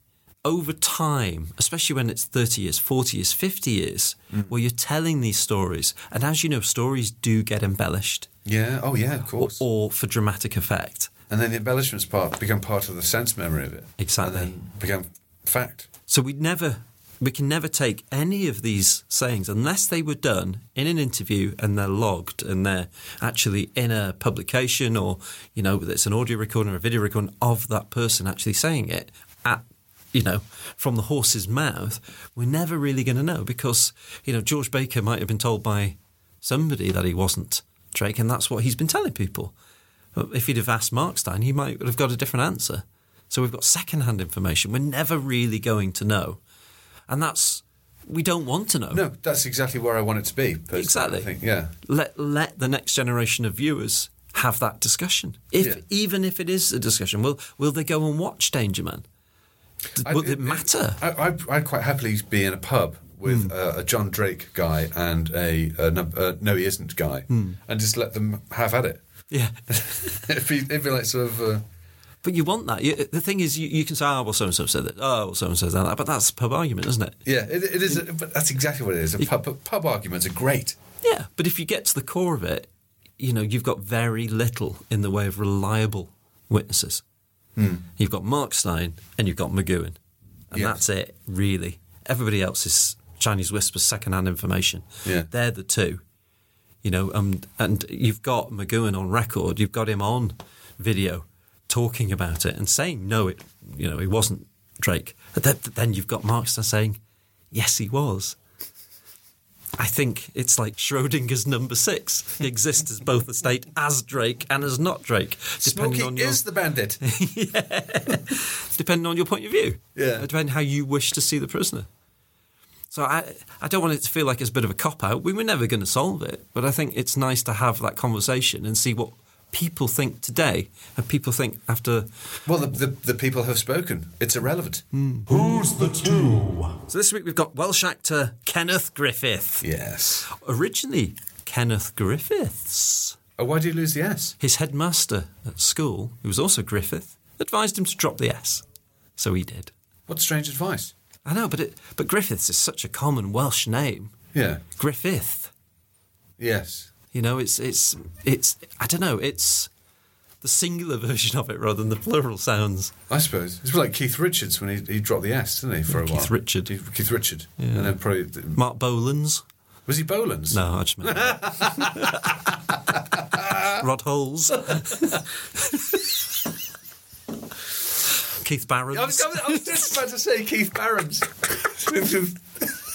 Speaker 4: Over time, especially when it's 30 years, 40 years, 50 years,
Speaker 3: Mm.
Speaker 4: where you're telling these stories, and as you know, stories do get embellished
Speaker 3: yeah, oh yeah, of
Speaker 4: or,
Speaker 3: course.
Speaker 4: or for dramatic effect.
Speaker 3: and then the embellishments part become part of the sense memory of it.
Speaker 4: Exactly.
Speaker 3: and then become fact.
Speaker 4: So we never, we can never take any of these sayings unless they were done in an interview and they're logged and they're actually in a publication or you know it's an audio recording or a video recording of that person actually saying it at you know from the horse's mouth. We're never really going to know because you know George Baker might have been told by somebody that he wasn't Drake, and that's what he's been telling people. But If he'd have asked Markstein, he might have got a different answer. So we've got second-hand information. We're never really going to know, and that's we don't want to know.
Speaker 3: No, that's exactly where I want it to be. personally,
Speaker 4: Exactly.
Speaker 3: I think, yeah,
Speaker 4: Let let the next generation of viewers have that discussion. If
Speaker 3: Yeah.
Speaker 4: even if it is a discussion, will will they go and watch Danger Man? D-
Speaker 3: I-
Speaker 4: will it matter? Hmm.
Speaker 3: I, I, I'd quite happily be in a pub with uh, a John
Speaker 4: Hmm.
Speaker 3: Drake guy and a, a, num- uh no, he isn't guy, and just let them have at it.
Speaker 4: Yeah.
Speaker 3: it'd, be, it'd be like sort of. Uh,
Speaker 4: But you want that. You, the thing is, you, you can say, oh, well, so and so said that. Oh, well, so and so said that. But that's pub argument, isn't it?
Speaker 3: yeah, it, it is. But that's exactly what it is. Pub, pub arguments are great.
Speaker 4: Yeah. But if you get to the core of it, you know, you've got very little in the way of reliable witnesses. You've got Mark Stein and you've got McGowan. And
Speaker 3: Yes.
Speaker 4: that's it, really. Everybody else is Chinese whispers, secondhand information.
Speaker 3: Yeah.
Speaker 4: They're the two. You know, um, and you've got McGowan on record, you've got him on video talking about it and saying, no, it, you know, he wasn't Drake. But then, then you've got Mark Stein saying, yes, he was. I think it's like Schrodinger's number six. He exists as both a state as Drake and as not Drake. depending
Speaker 3: Smokey
Speaker 4: on your-
Speaker 3: is the bandit.
Speaker 4: depending on your point of view.
Speaker 3: Yeah.
Speaker 4: Uh, Depending how you wish to see the prisoner. So I, I don't want it to feel like it's a bit of a cop out. We were never going to solve it, but I think it's nice to have that conversation and see what people think today and people think after.
Speaker 3: well, the, the, the people have spoken. It's irrelevant.
Speaker 4: Hmm.
Speaker 8: Who's the two?
Speaker 4: So this week we've got Welsh actor Kenneth Griffith.
Speaker 3: Yes.
Speaker 4: Originally, Kenneth Griffiths,
Speaker 3: Oh, why do you lose the S?
Speaker 4: his headmaster at school, who was also Griffith, advised him to drop the S. So he did.
Speaker 3: What strange advice.
Speaker 4: I know, but it, but Griffiths is such a common Welsh name.
Speaker 3: Yeah.
Speaker 4: Griffith.
Speaker 3: Yes.
Speaker 4: You know, it's it's it's I don't know, it's the singular version of it rather than the plural sounds.
Speaker 3: I suppose it's like Keith Richards when he, he dropped the S, didn't he, for a while?
Speaker 4: Richard.
Speaker 3: Keith, Keith Richard. And then probably
Speaker 4: Mark Bolan's.
Speaker 3: was he Boland's?
Speaker 4: No, I just meant Rod Holes. Keith Barron.
Speaker 3: I was, I was- I was just about to say Keith Barron's.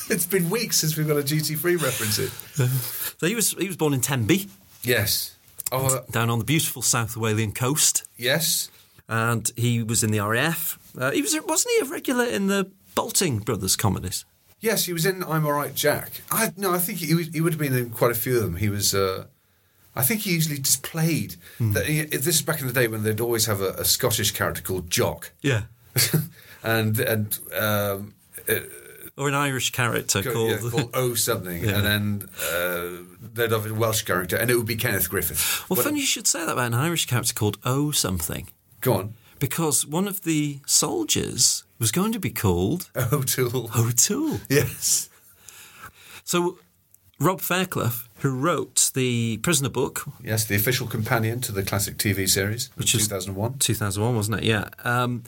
Speaker 3: it's been weeks since we've got a GT free reference. It.
Speaker 4: So he was he was born in Tenby,
Speaker 3: Yes. Oh uh,
Speaker 4: down on the beautiful South Walian coast.
Speaker 3: yes.
Speaker 4: And he was in the RAF. Uh, he was wasn't he a regular in the Bolting Brothers comedies?
Speaker 3: Yes, he was in I'm All Right, Jack. I no, I think he was, he would have been in quite a few of them. He was. Uh, I think he usually just played.
Speaker 4: Hmm.
Speaker 3: The, he- this is back in the day when they'd always have a, a Scottish character called Jock,
Speaker 4: Yeah.
Speaker 3: and and um,
Speaker 4: Or an Irish character
Speaker 3: called,
Speaker 4: called
Speaker 3: yeah, called O something, and then uh, they'd have a Welsh character, and it would be Kenneth Griffith.
Speaker 4: Well,
Speaker 3: What-
Speaker 4: funny you should say that about an Irish character called O something,
Speaker 3: Go on.
Speaker 4: because one of the soldiers was going to be called
Speaker 3: O'Toole.
Speaker 4: O'Toole.
Speaker 3: Yes.
Speaker 4: So, Rob Fairclough, who wrote the Prisoner book,
Speaker 3: Yes, the official companion to the classic TV series, which
Speaker 4: is-
Speaker 3: 2001.
Speaker 4: 2001, wasn't it? Yeah. Um,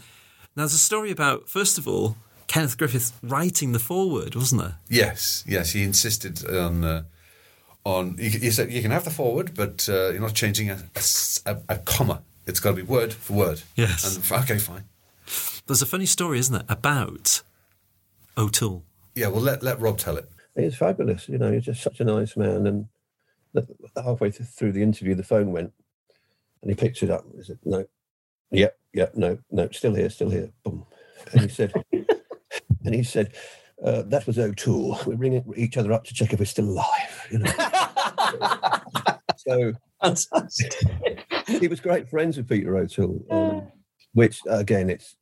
Speaker 4: now, there's a story about, first of all, Kenneth Griffith writing the foreword, wasn't there?
Speaker 3: Yes, yes, he insisted on. Uh, on he, he said you can have the forward, but uh, you're not changing a, a s- a- a comma. It's got to be word for word.
Speaker 4: Yes.
Speaker 3: And f- okay, fine.
Speaker 4: There's a funny story, isn't there, about O'Toole.
Speaker 3: Yeah, well, let let Rob tell it.
Speaker 9: It's fabulous. You know, he's just such a nice man. And the- halfway th- through the interview, the phone went, and he picked it up. He said, "No, yep, yep, no, no, still here, still here." Boom. And he said, and he said, uh, "That was O'Toole. We're ringing each other up to check if we're still alive." You know. so he was great friends with Peter O'Toole, um, which again, it's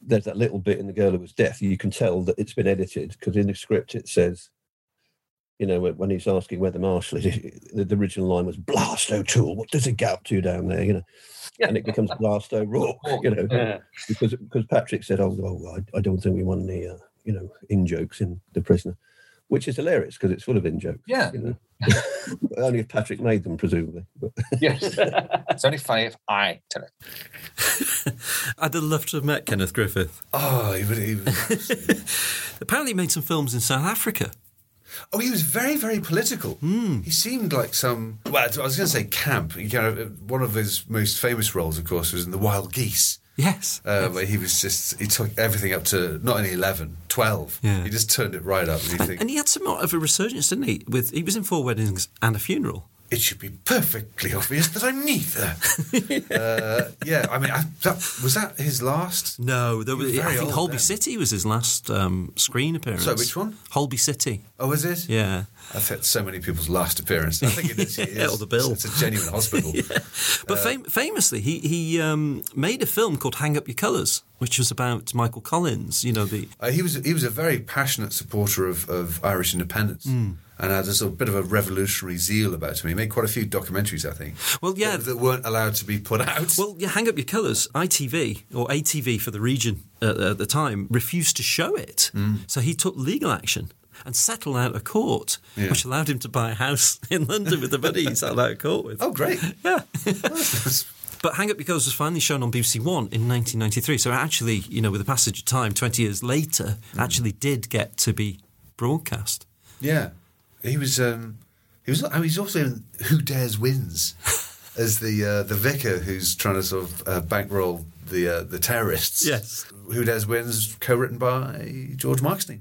Speaker 9: there's that little bit in the girl who was deaf. You can tell that it's been edited because in the script it says, you know, when, when he's asking where the marshal is, the, the original line was "Blast O'Toole." What does it go up to down there? You know, and it becomes "Blast O'Rourke." You know,
Speaker 6: Yeah.
Speaker 9: because because Patrick said, "Oh, well, I, I don't think we want any, uh, you know, in jokes in the prisoner," which is hilarious because it's full of in jokes.
Speaker 7: Yeah.
Speaker 9: You know? Only if Patrick made them, presumably. But
Speaker 7: Yes. it's only funny if I tell it.
Speaker 4: I'd have loved to have met Kenneth Griffith.
Speaker 3: Oh, he, would- he, would-
Speaker 4: Apparently, he made some films in South Africa.
Speaker 3: oh, he was very very political.
Speaker 4: Hmm.
Speaker 3: He seemed like some. Well, I was going to say camp. You know, one of his most famous roles, of course, was in The Wild Geese.
Speaker 4: Yes.
Speaker 3: Uh, where he was just, he took everything up to not only 11, 12.
Speaker 4: Yeah.
Speaker 3: He just turned it right up. And you think,
Speaker 4: And he had somewhat of a resurgence, didn't he? With he was in four weddings and a funeral.
Speaker 3: it should be perfectly obvious that I'm neither. uh, yeah, I mean, I, that, was that his last?
Speaker 4: No, there was,
Speaker 3: was
Speaker 4: I
Speaker 3: very
Speaker 4: think
Speaker 3: old
Speaker 4: Holby
Speaker 3: then.
Speaker 4: City was his last um, screen appearance.
Speaker 3: So which one?
Speaker 4: Holby City.
Speaker 3: Oh, is it?
Speaker 4: Yeah,
Speaker 3: I've had so many people's last appearance. I think it is. it is.
Speaker 4: Or the bill.
Speaker 3: It's a genuine hospital. Uh,
Speaker 4: but fam- famously, he he um, made a film called "Hang Up Your Colours," which was about Michael Collins. You know the Hmm.
Speaker 3: Uh, he was he was a very passionate supporter of, of Irish independence and had a sort of bit of a revolutionary zeal about him. He made quite a few documentaries, I think.
Speaker 4: Well, yeah.
Speaker 3: that, that weren't allowed to be put out.
Speaker 4: Well, you hang up your colours. ITV or ATV for the region at, at the time refused to show it, so he took legal action and settled out of court, which allowed him to buy a house in London with the money he settled out of court with.
Speaker 3: oh, great!
Speaker 4: Yeah. but Hang Up Your Colours was finally shown on BBC One in 1993. So it actually, you know, with the passage of time, 20 years later, actually did get to be broadcast.
Speaker 3: Yeah, he was. Um, he was. I mean, he's also in Who Dares Wins as the uh, the vicar who's trying to sort of uh, bankroll the uh, the terrorists.
Speaker 4: Yes.
Speaker 3: Who Dares Wins, co-written by George Marksney.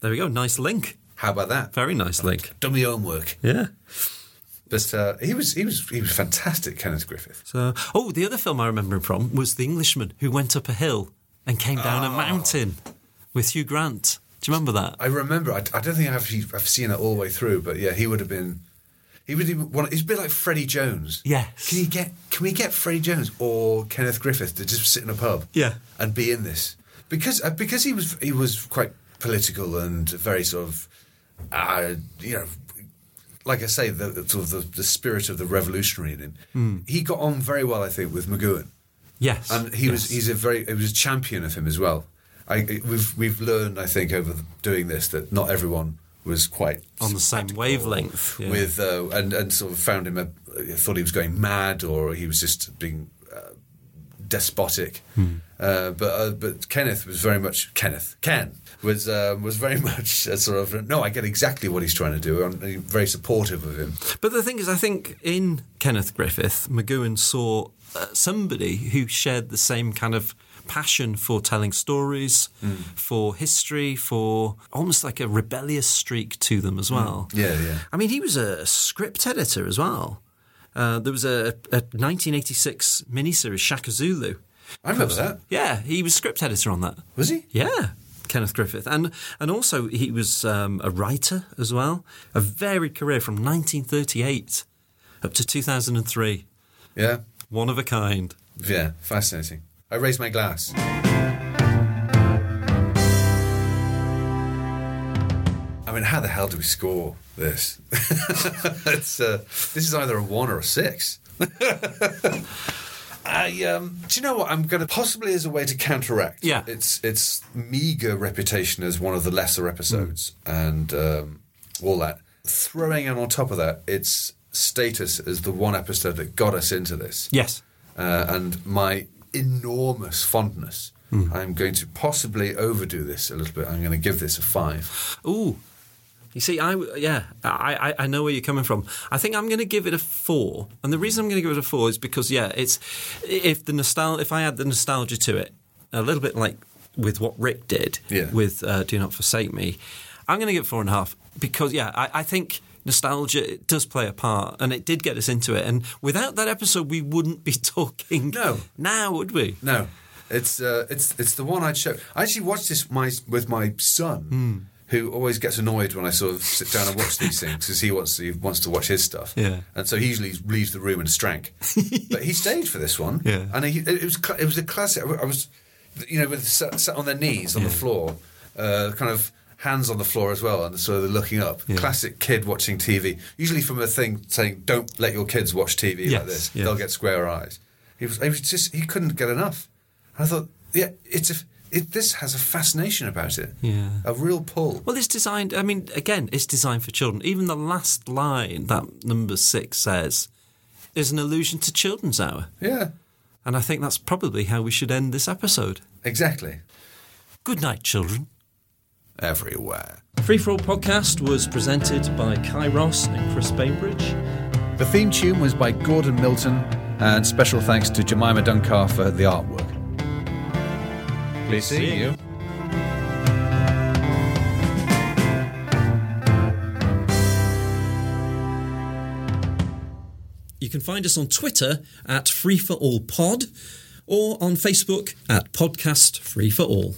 Speaker 4: There we go. Nice link.
Speaker 3: How about that?
Speaker 4: Very nice link.
Speaker 3: Done my homework.
Speaker 4: Yeah.
Speaker 3: But uh, he was he was he was fantastic, Kenneth Griffith.
Speaker 4: So, oh, the other film I remember him from was The Englishman Who Went Up a Hill and Came Down
Speaker 3: Ah.
Speaker 4: a Mountain with Hugh Grant. Do you remember that?
Speaker 3: I remember. I, I don't think I've I've seen it all the way through, but yeah, he would have been. He would even want. He's a bit like Freddie Jones.
Speaker 4: Yes.
Speaker 3: Can you get? Can we get Freddie Jones or Kenneth Griffith to just sit in a pub?
Speaker 4: Yeah.
Speaker 3: And be in this because uh, because he was he was quite political and very sort of, uh, you know, like I say, the, the sort of the, the spirit of the revolutionary in him.
Speaker 4: Hmm.
Speaker 3: He got on very well, I think, with McGowan.
Speaker 4: Yes.
Speaker 3: And he was
Speaker 4: Yes.
Speaker 3: he's a very he was a champion of him as well. I, we've we've learned, I think, over the- doing this that not everyone was quite
Speaker 4: on the same wavelength. Oh, yeah.
Speaker 3: with uh, and and sort of found him a, uh, thought he was going mad or he was just being uh, despotic. Uh, but uh, but Kenneth was very much Kenneth Ken was uh, was very much a sort of no, I get exactly what he's trying to do. and am very supportive of him.
Speaker 4: But the thing is, I think in Kenneth Griffith, McGowan saw uh, somebody who shared the same kind of passion for telling stories,
Speaker 3: Hmm.
Speaker 4: for history, for almost like a rebellious streak to them as well.
Speaker 3: Yeah, yeah.
Speaker 4: I mean, he was a script editor as well. Uh, there was a, a 1986 miniseries, Shaka Zulu.
Speaker 3: I remember that.
Speaker 4: Yeah, he was script editor on that.
Speaker 3: Was he?
Speaker 4: Yeah, Kenneth Griffith, and and also he was um, a writer as well. A varied career from 1938 up to 2003,
Speaker 3: Yeah,
Speaker 4: one of a kind.
Speaker 3: yeah. Fascinating. I raised my glass. I mean, how the hell do we score this? it's, uh, this is either a one or a six. I, um, do you know what? I'm going to possibly as a way to counteract.
Speaker 4: Yeah.
Speaker 3: It's it's meager reputation as one of the lesser episodes and um, all that. Throwing in on top of that, its status as the one episode that got us into this
Speaker 4: Yes,
Speaker 3: uh, and my enormous fondness. I'm going to possibly overdo this a little bit. I'm going to give this a five.
Speaker 4: Ooh, you see, I w- yeah, I, I I know where you're coming from. I think I'm going to give it a four, and the reason I'm going to give it a four is because yeah, it's if the nostal if I add the nostalgia to it, a little bit like with what Rick did
Speaker 3: Yeah.
Speaker 4: with uh, Do Not Forsake Me, I'm going to give it four and a half because yeah, I, I think. Nostalgia it does play a part, and it did get us into it. And without that episode, we wouldn't be talking
Speaker 3: No.
Speaker 4: now, would we?
Speaker 3: No, it's uh, it's it's the one I'd show. I actually watched this my with my
Speaker 4: Hmm.
Speaker 3: son, who always gets annoyed when I sort of sit down and watch these things because he wants to, he wants to watch his stuff.
Speaker 4: Yeah.
Speaker 3: and so he usually leaves the room in a strank. but he stayed for this one.
Speaker 4: Yeah.
Speaker 3: and he, it was cla- it was a classic. I was, you know, with sat, sat on their knees on the floor, uh, kind of. Hands on the floor as well, and sort of looking up. Classic kid watching TV, usually from a thing saying, "Don't let your kids watch TV
Speaker 4: Yes,
Speaker 3: like this;
Speaker 4: yes.
Speaker 3: they'll get square eyes." He was, he was just, he couldn't get enough. And I thought, yeah, it's a, it, this has a fascination about it,
Speaker 4: Yeah.
Speaker 3: a real pull.
Speaker 4: Well, it's designed. I mean, again, it's designed for children. Even the last line that number six says is an allusion to Children's Hour,
Speaker 3: Yeah,
Speaker 4: and I think that's probably how we should end this episode.
Speaker 3: exactly.
Speaker 4: Good night, children.
Speaker 3: Everywhere.
Speaker 4: Free for All podcast was presented by Kai Ross and Chris Bainbridge.
Speaker 2: The theme tune was by Gordon Milton, and special thanks to Jemima Dunkar for the artwork.
Speaker 7: Please see you.
Speaker 4: You can find us on Twitter at Free for All Pod, or on Facebook at Podcast Free for All.